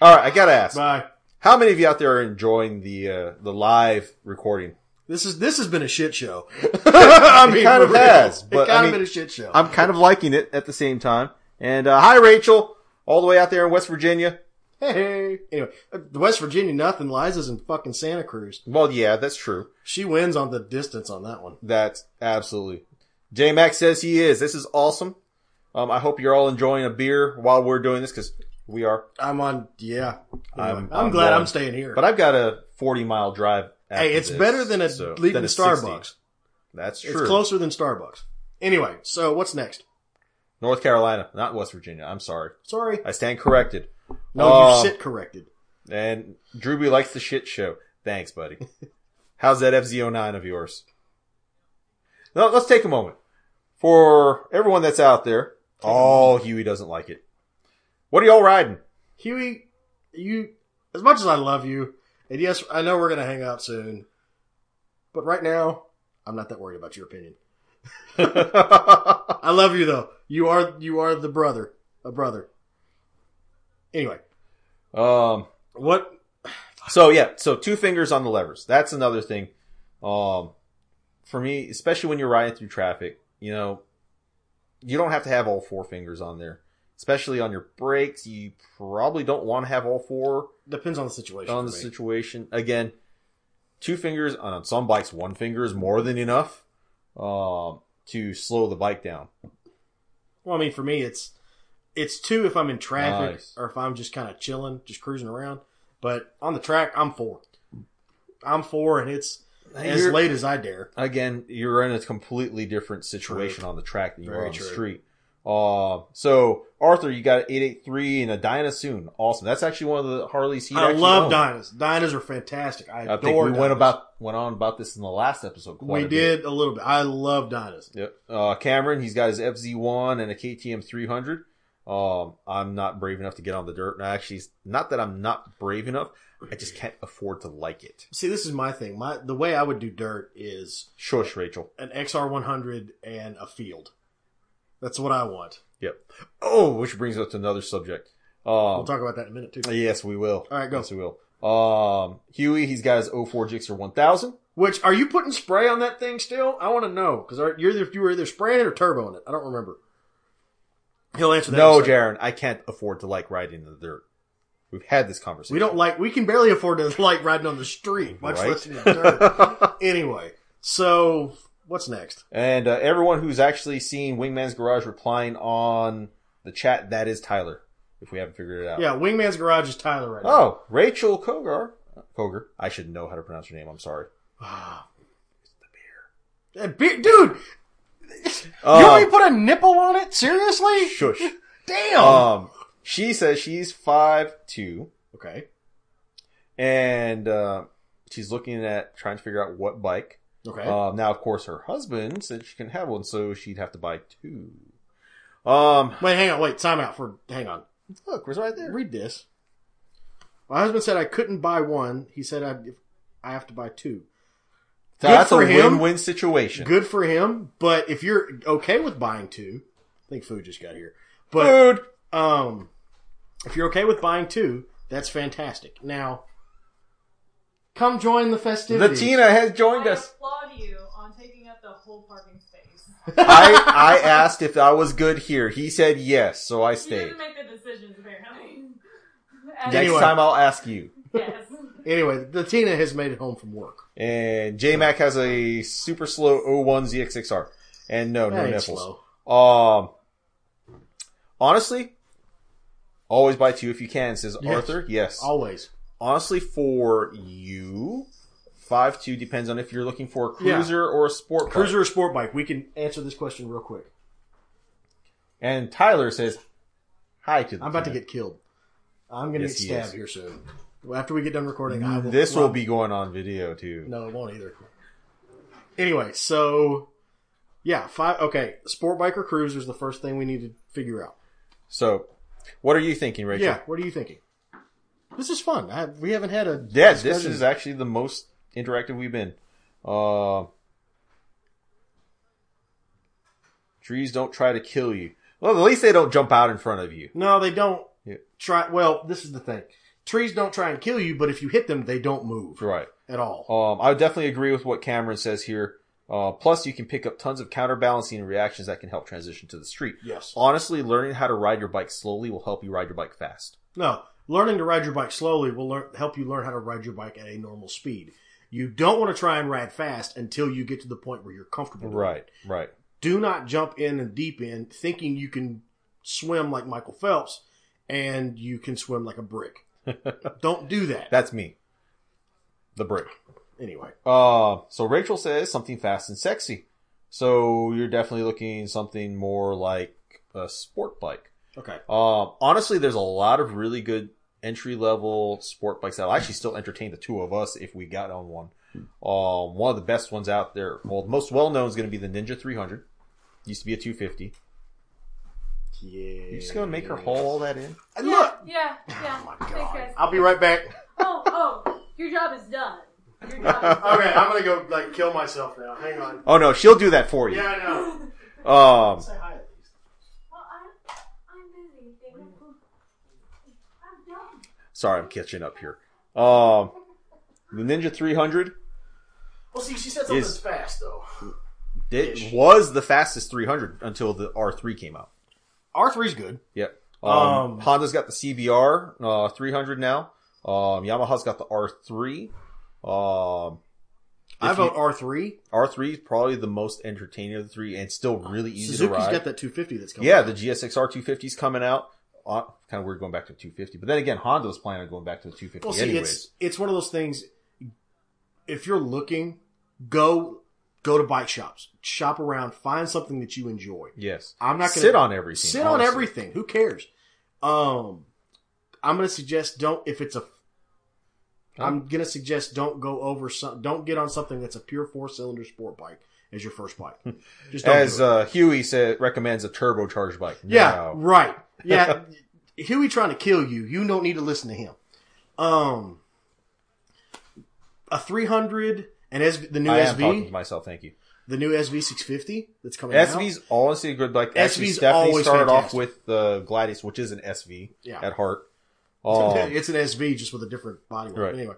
[SPEAKER 1] All right, I gotta ask.
[SPEAKER 2] Bye.
[SPEAKER 1] How many of you out there are enjoying the uh, the live [laughs] recording?
[SPEAKER 2] This is this has been a shit show. [laughs] I mean,
[SPEAKER 1] kind of
[SPEAKER 2] for real.
[SPEAKER 1] has,
[SPEAKER 2] It
[SPEAKER 1] but,
[SPEAKER 2] kind
[SPEAKER 1] I
[SPEAKER 2] of
[SPEAKER 1] mean,
[SPEAKER 2] been a shit show.
[SPEAKER 1] I'm kind of liking it at the same time. And uh, hi, Rachel, all the way out there in West Virginia.
[SPEAKER 2] hey, hey. Anyway, uh, West Virginia, nothing. Liza's in fucking Santa Cruz.
[SPEAKER 1] Well, yeah, that's true.
[SPEAKER 2] She wins on the distance on that one.
[SPEAKER 1] That's absolutely. J Max says he is. This is awesome. Um, I hope you're all enjoying a beer while we're doing this because we are.
[SPEAKER 2] I'm on. Yeah,
[SPEAKER 1] I'm-
[SPEAKER 2] Anyway, I'm,
[SPEAKER 1] I'm
[SPEAKER 2] glad
[SPEAKER 1] going.
[SPEAKER 2] I'm staying here.
[SPEAKER 1] But I've got a 40 mile drive. after
[SPEAKER 2] hey, it's
[SPEAKER 1] this,
[SPEAKER 2] better than a
[SPEAKER 1] so-
[SPEAKER 2] leaving
[SPEAKER 1] than a 60.
[SPEAKER 2] Starbucks.
[SPEAKER 1] That's true.
[SPEAKER 2] It's closer than Starbucks. Anyway, so what's next?
[SPEAKER 1] North Carolina, not West Virginia. I'm sorry.
[SPEAKER 2] Sorry.
[SPEAKER 1] I stand corrected.
[SPEAKER 2] No,
[SPEAKER 1] Um,
[SPEAKER 2] you sit corrected.
[SPEAKER 1] And Drewby likes the shit show. Thanks, buddy.
[SPEAKER 2] [laughs]
[SPEAKER 1] How's that FZ09 of yours? Now, let's take a moment. For everyone that's out there, oh, Huey doesn't like it. What are y'all riding? [laughs]
[SPEAKER 2] Huey, you, as much as I love you, and yes, I know we're going to hang out soon, but right now, I'm not that worried about your opinion. I love you though. You are, you are the brother, a brother. Anyway,
[SPEAKER 1] um,
[SPEAKER 2] what,
[SPEAKER 1] so yeah, so two fingers on the levers. That's another thing. Um, for me, especially when you're riding through traffic, you know, you don't have to have all four fingers on there. Especially on your brakes, you probably don't want to have all four.
[SPEAKER 2] depends on the situation.
[SPEAKER 1] on the
[SPEAKER 2] for me.
[SPEAKER 1] situation again. Two fingers and on some bikes, one finger is more than enough um, to slow the bike down.
[SPEAKER 2] well, I mean, for me, it's, it's two if I'm in traffic
[SPEAKER 1] Nice.
[SPEAKER 2] or if I'm just kind of chilling, just cruising around, but on the track, I'm four. I'm four and it's as
[SPEAKER 1] You're-
[SPEAKER 2] late as I dare.
[SPEAKER 1] again, you're in a completely different situation on the track than you are
[SPEAKER 2] Very
[SPEAKER 1] on the
[SPEAKER 2] true.
[SPEAKER 1] street. Uh, so Arthur, you got an 883 and a Dyna soon. Awesome. That's actually one of the Harleys he
[SPEAKER 2] I
[SPEAKER 1] actually
[SPEAKER 2] love
[SPEAKER 1] owned.
[SPEAKER 2] dinas. Dinas are fantastic. I,
[SPEAKER 1] I
[SPEAKER 2] adore
[SPEAKER 1] think we went
[SPEAKER 2] dinas.
[SPEAKER 1] about went on about this in the last episode. Quite
[SPEAKER 2] we
[SPEAKER 1] a bit.
[SPEAKER 2] did a little bit. I love Dynasty.
[SPEAKER 1] Yep. Uh, Cameron, he's got his FZ1 and a KTM 300. Um, I'm not brave enough to get on the dirt. And I actually, not that I'm not brave enough, I just can't afford to like it.
[SPEAKER 2] See, this is my thing. My the way I would do dirt is
[SPEAKER 1] Shush, Rachel.
[SPEAKER 2] an XR 100 and a field. That's what I want.
[SPEAKER 1] Yep. Oh, which brings us to another subject. Um,
[SPEAKER 2] We'll talk about that in a minute too.
[SPEAKER 1] yes, we will.
[SPEAKER 2] All right, go.
[SPEAKER 1] Yes, we will. Um, Huey, he's got his 04 Gixxer 1000.
[SPEAKER 2] Which are you putting spray on that thing still? I want to know because you're either, you were either spraying it or turboing it. I don't remember. He'll answer that. in a
[SPEAKER 1] No,
[SPEAKER 2] second.
[SPEAKER 1] Jaron, I can't afford to like riding in the dirt. We've had this conversation.
[SPEAKER 2] We don't like. We can barely afford to like riding on the street, much
[SPEAKER 1] Right.
[SPEAKER 2] less in the
[SPEAKER 1] [laughs]
[SPEAKER 2] dirt. anyway, so what's next?
[SPEAKER 1] And uh, everyone who's actually seen Wingman's Garage replying on the chat, that is Tyler, if we haven't figured it out.
[SPEAKER 2] Yeah, Wingman's Garage is Tyler right now.
[SPEAKER 1] Oh, Rachel Kogar. Koger. I should know how to pronounce your name. I'm sorry.
[SPEAKER 2] [sighs] That beer, dude.
[SPEAKER 1] Um,
[SPEAKER 2] you already put a nipple on it? Seriously? [laughs]
[SPEAKER 1] Shush.
[SPEAKER 2] Damn.
[SPEAKER 1] um, she says she's five two,
[SPEAKER 2] okay.
[SPEAKER 1] and uh, she's looking at trying to figure out what bike.
[SPEAKER 2] Okay.
[SPEAKER 1] Um, now, of course, her husband said she couldn't have one, so she'd have to buy two. Um,
[SPEAKER 2] wait, hang on. Wait, time out for. Hang on.
[SPEAKER 1] look, was right there.
[SPEAKER 2] Read this. My husband said I couldn't buy one. He said I I have to buy two.
[SPEAKER 1] So
[SPEAKER 2] Good
[SPEAKER 1] that's a
[SPEAKER 2] for him.
[SPEAKER 1] win-win situation.
[SPEAKER 2] Good for him, but if you're okay with buying two, I think food just got here.
[SPEAKER 1] [laughs]
[SPEAKER 2] But
[SPEAKER 1] Food.
[SPEAKER 2] um, if you're okay with buying two, that's fantastic. Now, come join the
[SPEAKER 1] The
[SPEAKER 2] festivities.
[SPEAKER 1] Tina has joined
[SPEAKER 3] I
[SPEAKER 2] [laughs]
[SPEAKER 1] us.
[SPEAKER 3] applaud you on taking up the whole parking space.
[SPEAKER 1] I, I asked if I was good here. He said yes, so I
[SPEAKER 3] She
[SPEAKER 1] stayed.
[SPEAKER 3] doesn't make the decisions apparently. [laughs]
[SPEAKER 1] Next
[SPEAKER 2] Anyway.
[SPEAKER 1] time I'll ask you.
[SPEAKER 3] yes.
[SPEAKER 2] Anyway, the Tina has made it home from work.
[SPEAKER 1] And JMac has a super slow 01 ZX6R. And no, no
[SPEAKER 2] That ain't
[SPEAKER 1] nipples. Um,
[SPEAKER 2] slow.
[SPEAKER 1] honestly, always buy two if you can, says
[SPEAKER 2] Yes.
[SPEAKER 1] Arthur. Yes.
[SPEAKER 2] Always.
[SPEAKER 1] honestly, for you, five two depends on if you're looking for a
[SPEAKER 2] Yeah.
[SPEAKER 1] cruiser or a sport car.
[SPEAKER 2] Cruiser or sport bike? We can answer this question real quick.
[SPEAKER 1] And Tyler says hi to the
[SPEAKER 2] I'm about to
[SPEAKER 1] Tina.
[SPEAKER 2] get killed. I'm going to
[SPEAKER 1] Yes,
[SPEAKER 2] get
[SPEAKER 1] he
[SPEAKER 2] stabbed
[SPEAKER 1] is.
[SPEAKER 2] here soon. Well, after we get done recording, I will.
[SPEAKER 1] Mm, This will
[SPEAKER 2] well,
[SPEAKER 1] be going on video too.
[SPEAKER 2] No, it won't either. Anyway, so yeah, five. Okay, sport bike or cruiser is the first thing we need to figure out.
[SPEAKER 1] So, what are you thinking, Rachel?
[SPEAKER 2] Yeah, what are you thinking? This is fun. I, we haven't had a
[SPEAKER 1] Yeah, this
[SPEAKER 2] discussion.
[SPEAKER 1] is actually the most interactive we've been. Uh, trees don't try to kill you. Well, at least they don't jump out in front of you.
[SPEAKER 2] no, they don't
[SPEAKER 1] Yeah.
[SPEAKER 2] try. Well, this is the thing: trees don't try and kill you, but if you hit them, they don't move
[SPEAKER 1] Right.
[SPEAKER 2] at all.
[SPEAKER 1] Um, I would definitely agree with what Cameron says here. Uh, plus, you can pick up tons of counterbalancing and reactions that can help transition to the street.
[SPEAKER 2] Yes.
[SPEAKER 1] Honestly, learning how to ride your bike slowly will help you ride your bike fast.
[SPEAKER 2] No, learning to ride your bike slowly will learn, help you learn how to ride your bike at a normal speed. You don't want to try and ride fast until you get to the point where you're comfortable. doing it.
[SPEAKER 1] right.
[SPEAKER 2] Do not jump in and deep end thinking you can swim like Michael Phelps and you can swim like
[SPEAKER 1] [laughs]
[SPEAKER 2] a brick. don't do that.
[SPEAKER 1] That's me. The brick.
[SPEAKER 2] Anyway,
[SPEAKER 1] Uh, so Rachel says something fast and sexy. So you're definitely looking something more like a sport bike.
[SPEAKER 2] okay.
[SPEAKER 1] Um, honestly, there's a lot of really good entry level sport bikes that'll actually still entertain the two of us if we got on one. Um, one of the best ones out there, well, the most well known is going to be the Ninja 300. Used to be a 250.
[SPEAKER 2] Yeah.
[SPEAKER 1] You just going to make her haul all that in?
[SPEAKER 2] And
[SPEAKER 3] yeah,
[SPEAKER 2] Look.
[SPEAKER 3] Yeah, yeah.
[SPEAKER 2] Oh my
[SPEAKER 3] Thanks,
[SPEAKER 2] god.
[SPEAKER 3] guys.
[SPEAKER 2] I'll be right back.
[SPEAKER 3] Oh, oh, your job is done.
[SPEAKER 4] [laughs]
[SPEAKER 3] Your job. Is
[SPEAKER 2] Okay, I'm gonna go like kill myself now. Hang on.
[SPEAKER 1] Oh no, she'll do that for you.
[SPEAKER 2] Yeah, I know.
[SPEAKER 1] Um,
[SPEAKER 2] Say hi at least.
[SPEAKER 3] well, I, I'm busy. They don't- I'm done.
[SPEAKER 1] sorry, I'm catching up here. Um, the Ninja 300
[SPEAKER 2] Well, see, she said
[SPEAKER 1] Is-
[SPEAKER 2] something's fast though. Ish.
[SPEAKER 1] it was the fastest 300 until the R3 came out.
[SPEAKER 2] R 3s good.
[SPEAKER 1] Yep. Um,
[SPEAKER 2] Um,
[SPEAKER 1] Honda's got the CBR uh, 300 now. Um, Yamaha's got the R3. Um,
[SPEAKER 2] I
[SPEAKER 1] If
[SPEAKER 2] vote
[SPEAKER 1] you-
[SPEAKER 2] R three.
[SPEAKER 1] R3 is probably the most entertaining of the three, and still really easy
[SPEAKER 2] Suzuki's
[SPEAKER 1] to ride.
[SPEAKER 2] got that 250 that's coming.
[SPEAKER 1] yeah,
[SPEAKER 2] out.
[SPEAKER 1] the GSXR 250's coming out. Uh, kind of weird going back to 250, but then again, Honda's planning on going back to the 250
[SPEAKER 2] well, see,
[SPEAKER 1] anyways.
[SPEAKER 2] it's it's one of those things. If you're looking, go go to bike shops, shop around, find something that you enjoy.
[SPEAKER 1] yes,
[SPEAKER 2] I'm not going to
[SPEAKER 1] sit on everything.
[SPEAKER 2] sit on
[SPEAKER 1] honestly.
[SPEAKER 2] everything. Who cares? Um, I'm going to suggest don't if it's a. I'm going to suggest don't go over some. Don't get on something that's a pure four cylinder sport bike as your
[SPEAKER 1] [laughs]
[SPEAKER 2] first bike. Just don't
[SPEAKER 1] As
[SPEAKER 2] do it.
[SPEAKER 1] uh, Huey said, recommends a turbocharged bike. No.
[SPEAKER 2] Yeah,
[SPEAKER 1] [laughs]
[SPEAKER 2] right. Yeah, Huey trying to kill you. You don't need to listen to him. Um, a three hundred and S- the new
[SPEAKER 1] I am talking to
[SPEAKER 2] SV,
[SPEAKER 1] myself. Thank you.
[SPEAKER 2] the new SV six fifty that's coming out.
[SPEAKER 1] SV's honestly a good bike. Actually,
[SPEAKER 2] SV's
[SPEAKER 1] Stephanie
[SPEAKER 2] always
[SPEAKER 1] started off
[SPEAKER 2] fantastic.
[SPEAKER 1] with the Gladius, which is an SV
[SPEAKER 2] Yeah.
[SPEAKER 1] at heart.
[SPEAKER 2] So
[SPEAKER 1] Um,
[SPEAKER 2] [laughs] it's an SV just with a different body weight.
[SPEAKER 1] Right.
[SPEAKER 2] Anyway,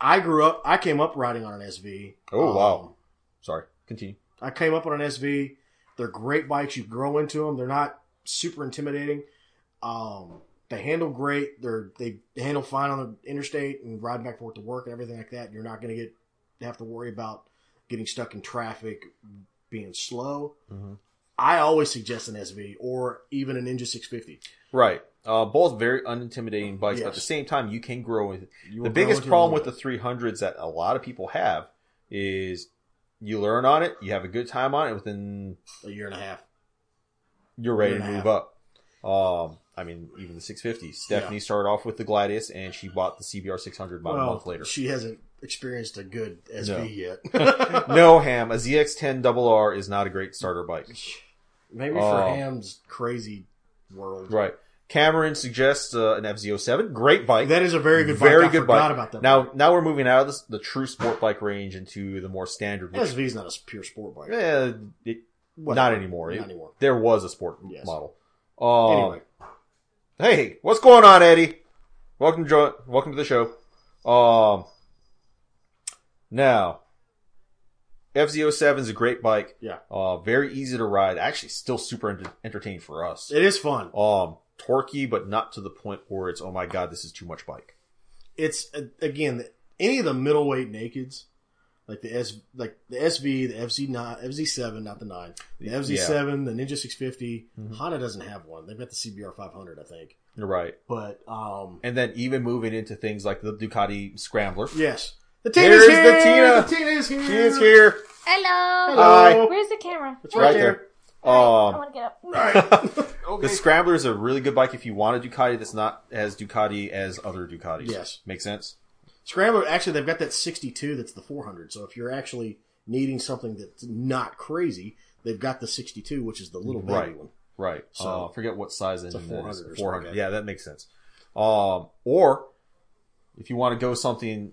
[SPEAKER 2] I grew up. I came up riding on an Um, SV.
[SPEAKER 1] Oh, wow. sorry, continue.
[SPEAKER 2] I came up on an SV. They're great bikes. You grow into them. They're not super intimidating. Um, they handle great. They're they handle fine on the interstate and ride back and forth to work and everything like that. You're not going to get have to worry about getting stuck in traffic, being slow.
[SPEAKER 1] Mhm.
[SPEAKER 2] I always suggest an SV or even a Ninja 650.
[SPEAKER 1] Right. Uh, both very unintimidating bikes, but at
[SPEAKER 2] Yes.
[SPEAKER 1] the same time, you can grow with The
[SPEAKER 2] You will
[SPEAKER 1] biggest
[SPEAKER 2] grow
[SPEAKER 1] problem with
[SPEAKER 2] into
[SPEAKER 1] the 300s that a lot of people have is you learn on it, you have a good time on it, within
[SPEAKER 2] a year and a half.
[SPEAKER 1] you're ready
[SPEAKER 2] Year
[SPEAKER 1] to
[SPEAKER 2] and a
[SPEAKER 1] move up. Um, I mean, even the 650. Stephanie started off with the Gladius, and she bought the CBR 600 about a month later.
[SPEAKER 2] she hasn't experienced a good SV
[SPEAKER 1] No. [laughs]
[SPEAKER 2] yet. [laughs]
[SPEAKER 1] No, Ham, a ZX10 RR is not a great starter bike.
[SPEAKER 2] Maybe for
[SPEAKER 1] Oh.
[SPEAKER 2] Ham's crazy world.
[SPEAKER 1] Right. Cameron suggests uh, an FZ07. Great bike.
[SPEAKER 2] That is a very good bike.
[SPEAKER 1] Very
[SPEAKER 2] I
[SPEAKER 1] good
[SPEAKER 2] forgot
[SPEAKER 1] bike.
[SPEAKER 2] about that.
[SPEAKER 1] Now, now we're moving out of this, the true sport bike range into the more standard, which,
[SPEAKER 2] SV's not a pure sport bike.
[SPEAKER 1] eh, it,
[SPEAKER 2] Whatever.
[SPEAKER 1] not anymore. It-
[SPEAKER 2] Not anymore.
[SPEAKER 1] there was a sport
[SPEAKER 2] Yes.
[SPEAKER 1] model. Um,
[SPEAKER 2] anyway,
[SPEAKER 1] Hey, what's going on, Eddie? Welcome, to jo- welcome to the show. Um, now, FZ07 is a great bike.
[SPEAKER 2] Yeah.
[SPEAKER 1] Uh, very easy to ride. Actually, still super ent- entertaining for us.
[SPEAKER 2] it is fun.
[SPEAKER 1] Um, torquey, but not to the point where it's oh my god, this is too much bike.
[SPEAKER 2] It's uh, again any of the middleweight nakeds, like the S, like the SV, the FZ nine, FZ seven, not the nine, the FZ seven, the Ninja six
[SPEAKER 1] Mhm.
[SPEAKER 2] Honda doesn't have one. They've got the CBR five hundred, I think.
[SPEAKER 1] You're right.
[SPEAKER 2] But um,
[SPEAKER 1] And then even moving into things like the Ducati Scrambler.
[SPEAKER 2] yes, the
[SPEAKER 1] Here
[SPEAKER 2] Tina's
[SPEAKER 1] is the Tina.
[SPEAKER 2] The Tina is here.
[SPEAKER 1] She is here.
[SPEAKER 4] Hello.
[SPEAKER 1] Hi.
[SPEAKER 4] Where's the camera?
[SPEAKER 2] It's
[SPEAKER 4] Oh,
[SPEAKER 2] right
[SPEAKER 1] Right
[SPEAKER 2] there.
[SPEAKER 1] there.
[SPEAKER 4] Alright, I
[SPEAKER 1] Um,
[SPEAKER 4] want to get up.
[SPEAKER 2] Okay.
[SPEAKER 1] the Scrambler is a really good bike if you want a Ducati that's not as Ducati as other Ducatis.
[SPEAKER 2] Yes.
[SPEAKER 1] Make sense?
[SPEAKER 2] Scrambler, actually, they've got that 62 that's the 400. So if you're actually needing something that's not crazy, they've got the 62, which is the little baby
[SPEAKER 1] Right.
[SPEAKER 2] one.
[SPEAKER 1] Right.
[SPEAKER 2] So-
[SPEAKER 1] uh, I forget what size
[SPEAKER 2] a
[SPEAKER 1] engine that is.
[SPEAKER 2] 400 or
[SPEAKER 1] 400.
[SPEAKER 2] something.
[SPEAKER 1] Yeah, that makes sense. Um, or if you want to go something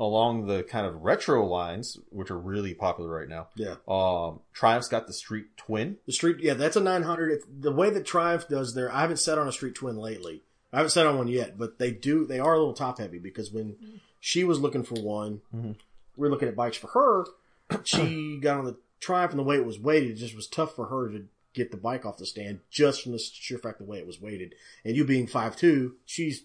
[SPEAKER 1] along the kind of retro lines, which are really popular right now,
[SPEAKER 2] Yeah.
[SPEAKER 1] um, Triumph's got the Street Twin.
[SPEAKER 2] The street, yeah, that's a 900. It's, the way that Triumph does their, I haven't sat on a street twin lately. I haven't sat on one yet, but they do, they are a little top heavy because when she was looking for one,
[SPEAKER 1] Mhm.
[SPEAKER 2] we are looking at bikes for her. She got on the Triumph and the way it was weighted, it just was tough for her to get the bike off the stand just from the sheer fact the way it was weighted. And you being 5'2, she's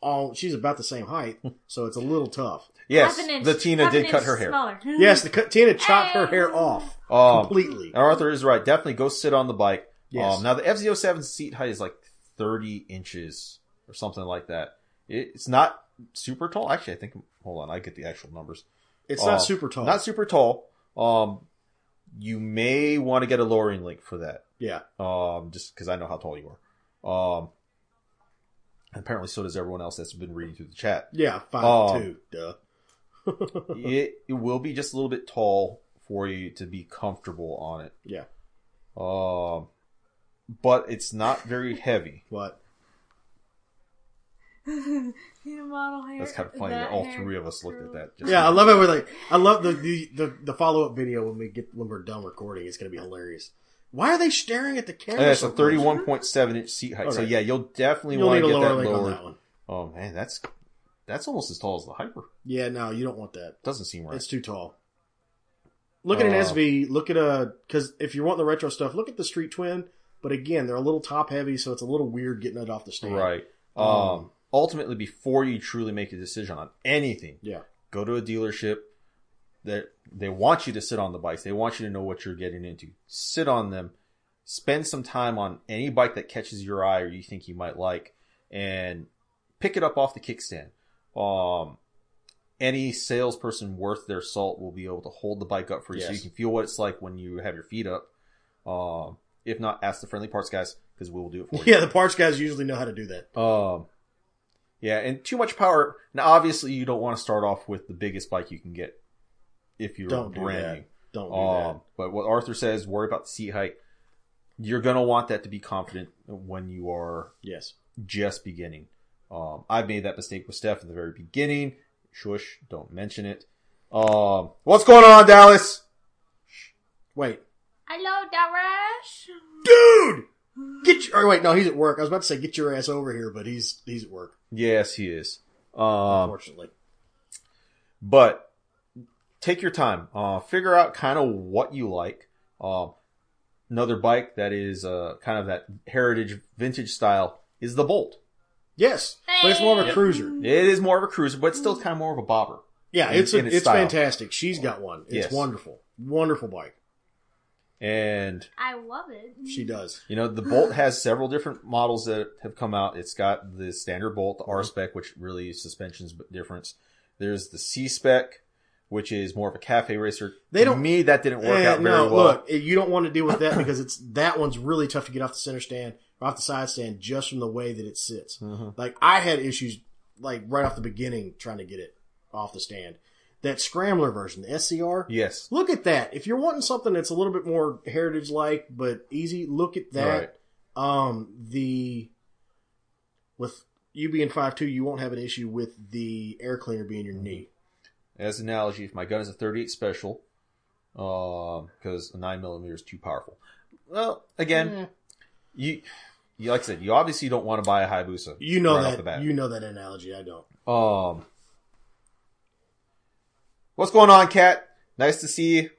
[SPEAKER 2] all, she's about the same height, so it's a little tough.
[SPEAKER 1] Yes,
[SPEAKER 4] Half an inch-
[SPEAKER 1] the Tina
[SPEAKER 4] half an
[SPEAKER 1] did cut
[SPEAKER 4] inch
[SPEAKER 1] her hair.
[SPEAKER 4] Smaller. [laughs]
[SPEAKER 2] Yes, the cut- Tina chopped her hair off
[SPEAKER 1] Um,
[SPEAKER 2] completely.
[SPEAKER 1] and Arthur is right. Definitely go sit on the bike.
[SPEAKER 2] Yes.
[SPEAKER 1] Um, now the FZ07 seat height is like 30 inches or something like that. It, it's not super tall. Actually, I think, hold on, I get the actual numbers.
[SPEAKER 2] It's not
[SPEAKER 1] um,
[SPEAKER 2] super tall.
[SPEAKER 1] Not super tall. Um, you may want to get a lowering link for that.
[SPEAKER 2] yeah.
[SPEAKER 1] Um, just because I know how tall you are. Um, apparently so does everyone else that's been reading through the chat.
[SPEAKER 2] Yeah, 5'2.
[SPEAKER 1] Oh.
[SPEAKER 2] duh. [laughs]
[SPEAKER 1] it, it will be just a little bit tall for you to be comfortable on it.
[SPEAKER 2] Yeah.
[SPEAKER 1] Um, but it's not very heavy.
[SPEAKER 2] But
[SPEAKER 4] Tina model hair.
[SPEAKER 1] That's kind of funny. that
[SPEAKER 4] That
[SPEAKER 1] all
[SPEAKER 4] hair
[SPEAKER 1] three of us looked at that. Just
[SPEAKER 2] Yeah, I love it. We're like, I love the the, the, the follow up video when we get when we're done recording. It's gonna be hilarious. Why are they staring at the camera?
[SPEAKER 1] Yeah, it's
[SPEAKER 2] so
[SPEAKER 1] a
[SPEAKER 2] much?
[SPEAKER 1] thirty-one point seven inch seat height. So
[SPEAKER 2] Okay.
[SPEAKER 1] yeah, you'll definitely
[SPEAKER 2] You'll
[SPEAKER 1] want
[SPEAKER 2] need
[SPEAKER 1] to
[SPEAKER 2] a
[SPEAKER 1] get
[SPEAKER 2] lower
[SPEAKER 1] that
[SPEAKER 2] link on
[SPEAKER 1] lower.
[SPEAKER 2] that one.
[SPEAKER 1] Oh man, that's that's almost as tall as the hyper.
[SPEAKER 2] Yeah, no, you don't want that.
[SPEAKER 1] Doesn't seem right.
[SPEAKER 2] It's too tall. Look at an
[SPEAKER 1] Uh,
[SPEAKER 2] SV. Look at a because if you want the retro stuff, look at the Street Twin. But again, they're a little top heavy, so it's a little weird getting it off the stand.
[SPEAKER 1] Right. Um,
[SPEAKER 2] Um,
[SPEAKER 1] ultimately, before you truly make a decision on anything,
[SPEAKER 2] Yeah.
[SPEAKER 1] go to a dealership. That they want you to sit on the bikes. They want you to know what you're getting into. Sit on them. Spend some time on any bike that catches your eye or you think you might like, and pick it up off the kickstand. Um, any salesperson worth their salt will be able to hold the bike up for you, so
[SPEAKER 2] Yes.
[SPEAKER 1] you can feel what it's like when you have your feet up. Um, if not, ask the friendly parts guys because we will do it for you.
[SPEAKER 2] [laughs] [laughs] Yeah, the parts guys usually know how to do that.
[SPEAKER 1] Um, yeah, and too much power. Now, obviously, you don't want to start off with the biggest bike you can get if you're
[SPEAKER 2] Don't do
[SPEAKER 1] brand
[SPEAKER 2] that. Don't
[SPEAKER 1] new.
[SPEAKER 2] do
[SPEAKER 1] Um, but what Arthur says, worry about the seat height. You're gonna want that to be confident when you are
[SPEAKER 2] that. Yes.
[SPEAKER 1] just beginning. Um, I made that mistake with Steph in the very beginning. Shush, don't mention it. Um, what's going on, Dallas?
[SPEAKER 2] Wait,
[SPEAKER 4] Hello, Darash.
[SPEAKER 2] dude, get your. Or wait, no, he's at work. I was about to say get your ass over here, but he's he's at work.
[SPEAKER 1] Yes, he is. Um,
[SPEAKER 2] unfortunately.
[SPEAKER 1] but take your time uh, figure out kind of what you like um, another bike that is uh, kind of that heritage vintage style is the bolt
[SPEAKER 2] Yes, but it's more of a
[SPEAKER 4] Hey.
[SPEAKER 2] cruiser.
[SPEAKER 1] it is more of a cruiser but it's still kind of more of a bobber
[SPEAKER 2] Yeah,
[SPEAKER 1] In-
[SPEAKER 2] it's a,
[SPEAKER 1] in
[SPEAKER 2] it's,
[SPEAKER 1] its style.
[SPEAKER 2] fantastic. She's got one. It's
[SPEAKER 1] Yes.
[SPEAKER 2] wonderful, wonderful bike.
[SPEAKER 1] and
[SPEAKER 4] I love it.
[SPEAKER 2] She does.
[SPEAKER 1] you know the bolt has several different models that have come out it's got the standard bolt the r spec which really is suspensions difference there's the c spec which is more of a cafe racer
[SPEAKER 2] They
[SPEAKER 1] To
[SPEAKER 2] don't-
[SPEAKER 1] me that didn't work
[SPEAKER 2] Eh,
[SPEAKER 1] out very
[SPEAKER 2] no,
[SPEAKER 1] well
[SPEAKER 2] look, you don't want to deal with that because it's that one's really tough to get off the center stand or off the side stand just from the way that it sits.
[SPEAKER 1] Mhm.
[SPEAKER 2] Like I had issues like right off the beginning trying to get it off the stand. That Scrambler version, the SCR.
[SPEAKER 1] Yes.
[SPEAKER 2] Look at that. If you're wanting something that's a little bit more heritage like but easy, look at that. Um the with you being five two, you won't have an issue with the air cleaner being your knee.
[SPEAKER 1] As an analogy, if my gun is a 38 special, because a 9 millimeter is too powerful. Well, again,
[SPEAKER 2] Eh,
[SPEAKER 1] you, you like I said, you obviously don't want to buy a Hayabusa.
[SPEAKER 2] you know
[SPEAKER 1] right off the
[SPEAKER 2] that
[SPEAKER 1] bat.
[SPEAKER 2] you know that analogy, I don't.
[SPEAKER 1] Um, what's going on, Kat? Nice to see you.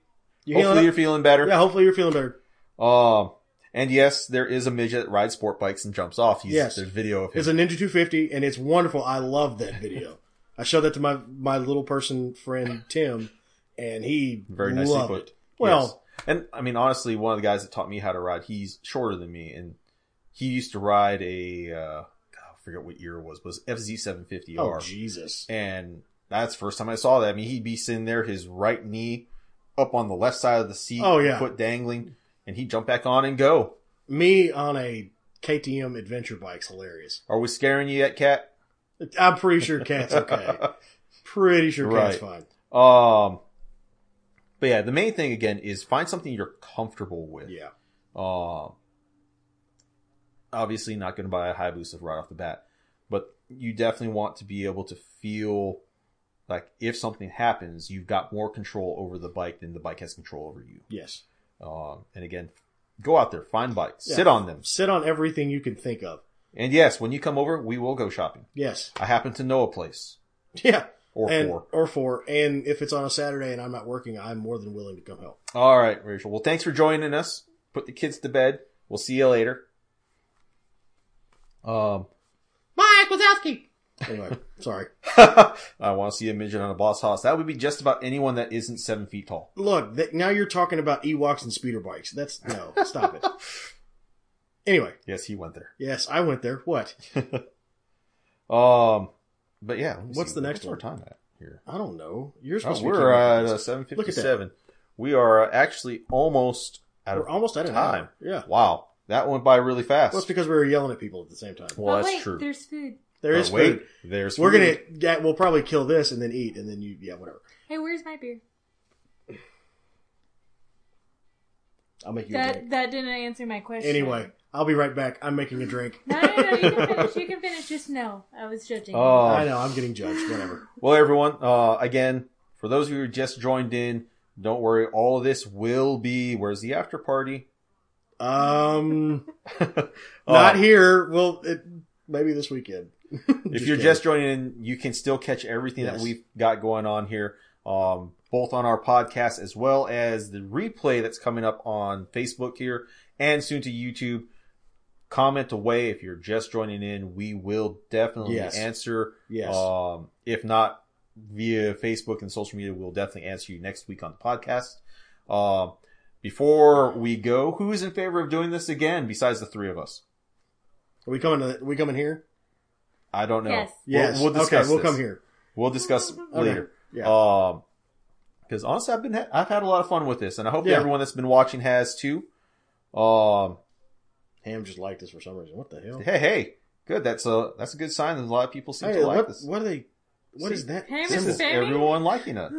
[SPEAKER 1] Hopefully,
[SPEAKER 2] You healing
[SPEAKER 1] you're
[SPEAKER 2] up?
[SPEAKER 1] feeling better.
[SPEAKER 2] Yeah, hopefully you're feeling better.
[SPEAKER 1] Um, and yes, there is a midget that rides sport bikes and jumps off. He's,
[SPEAKER 2] Yes.
[SPEAKER 1] There's video of him.
[SPEAKER 2] It's a Ninja 250, and it's wonderful. I love that
[SPEAKER 1] [laughs]
[SPEAKER 2] video. I showed that to my my little person friend Tim, and he
[SPEAKER 1] Very
[SPEAKER 2] loved
[SPEAKER 1] nicely put.
[SPEAKER 2] it. Well,
[SPEAKER 1] Yes. and I mean, honestly, one of the guys that taught me how to ride, he's shorter than me, and he used to ride a, uh, God, I forget what year it was, but it was FZ750R.
[SPEAKER 2] oh Jesus,
[SPEAKER 1] and that's the first time I saw that. I mean, he'd be sitting there, his right knee up on the left side of the seat,
[SPEAKER 2] Oh, yeah.
[SPEAKER 1] foot dangling, and he'd jump back on and go.
[SPEAKER 2] me on a KTM adventure bike's hilarious.
[SPEAKER 1] Are we scaring you yet, Cat?
[SPEAKER 2] I'm pretty sure
[SPEAKER 1] [laughs]
[SPEAKER 2] Cat's okay. pretty sure Cat's
[SPEAKER 1] Right.
[SPEAKER 2] fine.
[SPEAKER 1] um, but yeah, the main thing again is find something you're comfortable with.
[SPEAKER 2] Yeah,
[SPEAKER 1] Um, obviously not going to buy a Hayabusa right off the bat, but you definitely want to be able to feel like if something happens, you've got more control over the bike than the bike has control over you.
[SPEAKER 2] yes.
[SPEAKER 1] Um, and again, go out there, find bikes,
[SPEAKER 2] Yeah.
[SPEAKER 1] sit on them.
[SPEAKER 2] Sit on everything you can think of.
[SPEAKER 1] And yes, when you come over, we will go shopping.
[SPEAKER 2] Yes, [laughs]
[SPEAKER 1] I happen to know a place
[SPEAKER 2] yeah,
[SPEAKER 1] or
[SPEAKER 2] and
[SPEAKER 1] four.
[SPEAKER 2] or four. And if it's on a Saturday and I'm not working, I'm more than willing to come help.
[SPEAKER 1] All right, Rachel. Well, thanks for joining us. Put the kids to bed. We'll see you later. Um,
[SPEAKER 2] Mike Wazowski. Anyway, sorry.
[SPEAKER 1] [laughs] I want to see a midget on a boss hoss. That would be just about anyone that isn't seven feet tall.
[SPEAKER 2] Look, that now you're talking about Ewoks and speeder bikes. That's no, stop
[SPEAKER 1] [laughs]
[SPEAKER 2] it. Anyway,
[SPEAKER 1] Yes, he went there.
[SPEAKER 2] yes, I went there. What?
[SPEAKER 1] Um, but yeah, let me
[SPEAKER 2] What's the next
[SPEAKER 1] what's our
[SPEAKER 2] one?
[SPEAKER 1] time at here?
[SPEAKER 2] I don't know. You're
[SPEAKER 1] Oh,
[SPEAKER 2] supposed to be.
[SPEAKER 1] we're
[SPEAKER 2] talking
[SPEAKER 1] at
[SPEAKER 2] about
[SPEAKER 1] uh,
[SPEAKER 2] this.
[SPEAKER 1] seven
[SPEAKER 2] Look at that.
[SPEAKER 1] fifty-seven. We are uh, actually almost out
[SPEAKER 2] We're
[SPEAKER 1] of.
[SPEAKER 2] almost out of
[SPEAKER 1] time.
[SPEAKER 2] time. Yeah.
[SPEAKER 1] Wow, that went by really fast.
[SPEAKER 2] Well, it's because we were yelling at people at the same time.
[SPEAKER 1] Well,
[SPEAKER 4] oh,
[SPEAKER 1] that's
[SPEAKER 4] wait,
[SPEAKER 1] true.
[SPEAKER 4] There's food.
[SPEAKER 2] There
[SPEAKER 1] Oh,
[SPEAKER 2] is
[SPEAKER 1] wait,
[SPEAKER 2] food.
[SPEAKER 1] There's
[SPEAKER 2] We're
[SPEAKER 1] food.
[SPEAKER 2] gonna. Yeah, we'll probably kill this and then eat, and then you. Yeah, whatever.
[SPEAKER 4] Hey, where's my beer?
[SPEAKER 2] I'll make you a
[SPEAKER 4] That
[SPEAKER 2] drink.
[SPEAKER 4] that didn't answer my question.
[SPEAKER 2] Anyway, I'll be right back. I'm making a drink.
[SPEAKER 4] No, no, no. You can
[SPEAKER 2] [laughs]
[SPEAKER 4] finish. You can finish. Just no. I was judging.
[SPEAKER 1] Oh.
[SPEAKER 2] I know. I'm getting judged. Whatever.
[SPEAKER 1] Well, everyone, uh, again, for those of you who just joined in, don't worry. All of this will be. Where's the after party? [laughs]
[SPEAKER 2] Um,
[SPEAKER 1] Uh,
[SPEAKER 2] not here. Well, it, maybe this weekend.
[SPEAKER 1] if you're just joining in, you can still catch everything that
[SPEAKER 2] Yes.
[SPEAKER 1] we've got going on here, um, both on our podcast as well as the replay that's coming up on Facebook here and soon to YouTube. Comment away if you're just joining in. We will definitely
[SPEAKER 2] Yes.
[SPEAKER 1] answer.
[SPEAKER 2] yes.
[SPEAKER 1] Um, if not via Facebook and social media, we'll definitely answer you next week on the podcast. Um, before we go, who is in favor of doing this again besides the three of us?
[SPEAKER 2] Are we coming to? Are we coming here?
[SPEAKER 1] I don't know.
[SPEAKER 4] Yes.
[SPEAKER 1] We'll-
[SPEAKER 2] Yes.
[SPEAKER 1] We'll, discuss.
[SPEAKER 2] Okay, we'll
[SPEAKER 1] this.
[SPEAKER 2] come here
[SPEAKER 1] We'll discuss it
[SPEAKER 2] [laughs] Okay.
[SPEAKER 1] later.
[SPEAKER 2] Yeah.
[SPEAKER 1] Um, because honestly, I've been ha- I've had a lot of fun with this, and I hope that
[SPEAKER 2] Yeah.
[SPEAKER 1] everyone that's been watching has too. Um,
[SPEAKER 2] Ham just liked this for some reason. What the hell?
[SPEAKER 1] hey, hey, good. That's a that's a good sign that a lot of people seem
[SPEAKER 2] Hey,
[SPEAKER 1] to like
[SPEAKER 2] what,
[SPEAKER 1] this.
[SPEAKER 2] what are they? What
[SPEAKER 1] See,
[SPEAKER 2] is that?
[SPEAKER 4] Ham is
[SPEAKER 1] This
[SPEAKER 2] symbol?
[SPEAKER 1] is
[SPEAKER 4] Sammy?
[SPEAKER 1] everyone liking it.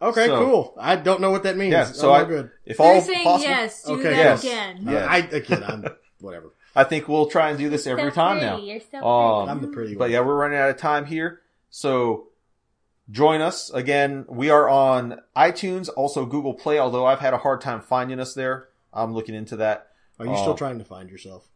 [SPEAKER 2] Okay,
[SPEAKER 1] So-
[SPEAKER 2] cool. I don't know what that means.
[SPEAKER 1] Yeah, so
[SPEAKER 2] I'm
[SPEAKER 1] I-
[SPEAKER 2] not good.
[SPEAKER 1] If
[SPEAKER 4] They're
[SPEAKER 1] all
[SPEAKER 4] saying
[SPEAKER 1] possible,
[SPEAKER 4] yes. Do
[SPEAKER 2] Okay.
[SPEAKER 4] that
[SPEAKER 1] Yes.
[SPEAKER 4] again.
[SPEAKER 1] Yeah.
[SPEAKER 2] I, again,
[SPEAKER 1] [laughs]
[SPEAKER 2] I'm whatever.
[SPEAKER 1] I think we'll try and do this every
[SPEAKER 4] So
[SPEAKER 1] time
[SPEAKER 4] pretty.
[SPEAKER 1] now.
[SPEAKER 4] You're so
[SPEAKER 1] Um,
[SPEAKER 4] pretty.
[SPEAKER 2] I'm the pretty
[SPEAKER 1] But
[SPEAKER 2] one.
[SPEAKER 1] yeah, we're running out of time here. So join us again. We are on iTunes, also Google Play, although I've had a hard time finding us there. I'm looking into that.
[SPEAKER 2] Are you still
[SPEAKER 1] um,
[SPEAKER 2] trying to find yourself?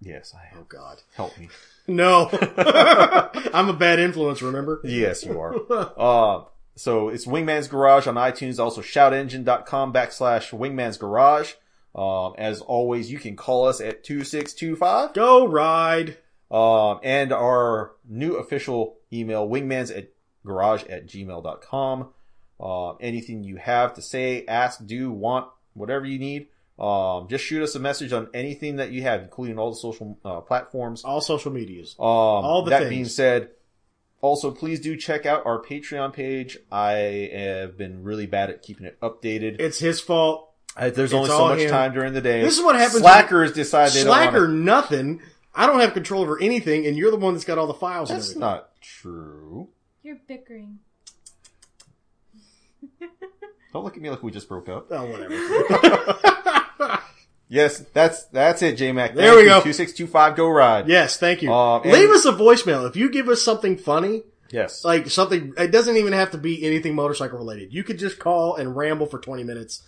[SPEAKER 1] Yes, I
[SPEAKER 2] Oh
[SPEAKER 1] am. [laughs]
[SPEAKER 2] God,
[SPEAKER 1] Help me.
[SPEAKER 2] no! [laughs] I'm a bad influence. Remember?
[SPEAKER 1] Yes, you are. uh, so it's Wingman's Garage on iTunes, also shoutengine.com backslash Wingman's Garage. Um, as always, you can call us at 2625.
[SPEAKER 2] Go ride.
[SPEAKER 1] Um, and our new official email, wingmans at garage at gmail.com. Um, anything you have to say, ask, do, want, whatever you need, um, just shoot us a message on anything that you have, including all the social uh, platforms. Um,
[SPEAKER 2] All social medias.
[SPEAKER 1] all
[SPEAKER 2] the
[SPEAKER 1] that
[SPEAKER 2] things.
[SPEAKER 1] being said, also please do check out our Patreon page. I have been really bad at keeping it updated.
[SPEAKER 2] It's his fault.
[SPEAKER 1] I- There's only
[SPEAKER 2] it's
[SPEAKER 1] so
[SPEAKER 2] all
[SPEAKER 1] much
[SPEAKER 2] him.
[SPEAKER 1] time during the day.
[SPEAKER 2] This is what happens
[SPEAKER 1] Slackers decide they
[SPEAKER 2] Slacker,
[SPEAKER 1] don't want
[SPEAKER 2] nothing. I don't have control over anything, and you're the one that's got all the files
[SPEAKER 1] to. That's
[SPEAKER 2] and everything.
[SPEAKER 1] not true.
[SPEAKER 4] You're bickering.
[SPEAKER 1] Don't look at me like we just broke up.
[SPEAKER 2] Oh, whatever. [laughs]
[SPEAKER 1] Yes, that's that's it, J Mac.
[SPEAKER 2] There we go.
[SPEAKER 1] Two six two five. Go ride.
[SPEAKER 2] yes, thank you.
[SPEAKER 1] Um, and-
[SPEAKER 2] Leave us a voicemail if you give us something funny,
[SPEAKER 1] Yes.
[SPEAKER 2] like something. It doesn't even have to be anything motorcycle related. You could just call and ramble for twenty minutes.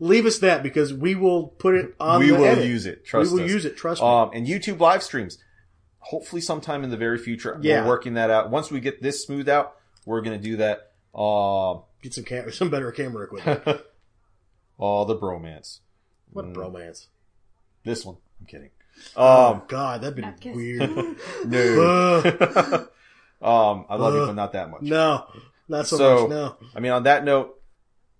[SPEAKER 2] Leave us that because we will put it on.
[SPEAKER 1] we
[SPEAKER 2] the
[SPEAKER 1] will
[SPEAKER 2] edit.
[SPEAKER 1] use it. Trust
[SPEAKER 2] we will
[SPEAKER 1] us.
[SPEAKER 2] use it. Trust me.
[SPEAKER 1] Um, and YouTube live streams. Hopefully, sometime in the very future,
[SPEAKER 2] Yeah.
[SPEAKER 1] we're working that out. Once we get this smoothed out, we're gonna do that. Um,
[SPEAKER 2] Get some cam- [laughs] some better
[SPEAKER 1] [laughs]
[SPEAKER 2] camera equipment.
[SPEAKER 1] oh, the bromance.
[SPEAKER 2] What a
[SPEAKER 1] Mm,
[SPEAKER 2] bromance.
[SPEAKER 1] This one. I'm kidding.
[SPEAKER 2] Oh [laughs]
[SPEAKER 1] Um,
[SPEAKER 2] God, that'd
[SPEAKER 4] Not
[SPEAKER 2] be
[SPEAKER 4] kiss.
[SPEAKER 2] weird.
[SPEAKER 1] no.
[SPEAKER 2] [laughs] Ugh,
[SPEAKER 1] [laughs] um, I love you,
[SPEAKER 2] Ugh.
[SPEAKER 1] but not that much.
[SPEAKER 2] no, not so,
[SPEAKER 1] So-
[SPEAKER 2] much. No,
[SPEAKER 1] I mean, on that note,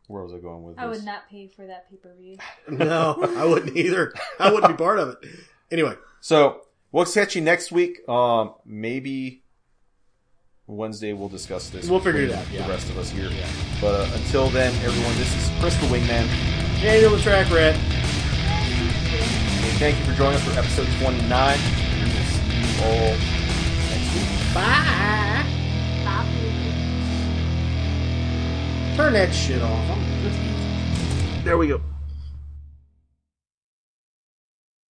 [SPEAKER 1] where was I going with this?
[SPEAKER 4] I would not pay for that pay per view.
[SPEAKER 2] no, I wouldn't either. I wouldn't be part of it. Anyway,
[SPEAKER 1] So we'll catch you next week. Um, maybe Wednesday we'll discuss this.
[SPEAKER 2] We'll figure
[SPEAKER 1] with
[SPEAKER 2] it out, yeah.
[SPEAKER 1] The rest of us here. But uh, until then, everyone, this is Chris the Wingman.
[SPEAKER 2] Daniel the Track Rat.
[SPEAKER 1] And thank you for joining us for episode 29. We will see you all next week.
[SPEAKER 2] Bye.
[SPEAKER 3] Stop moving.
[SPEAKER 2] Turn that shit off. I'm-
[SPEAKER 1] There we go.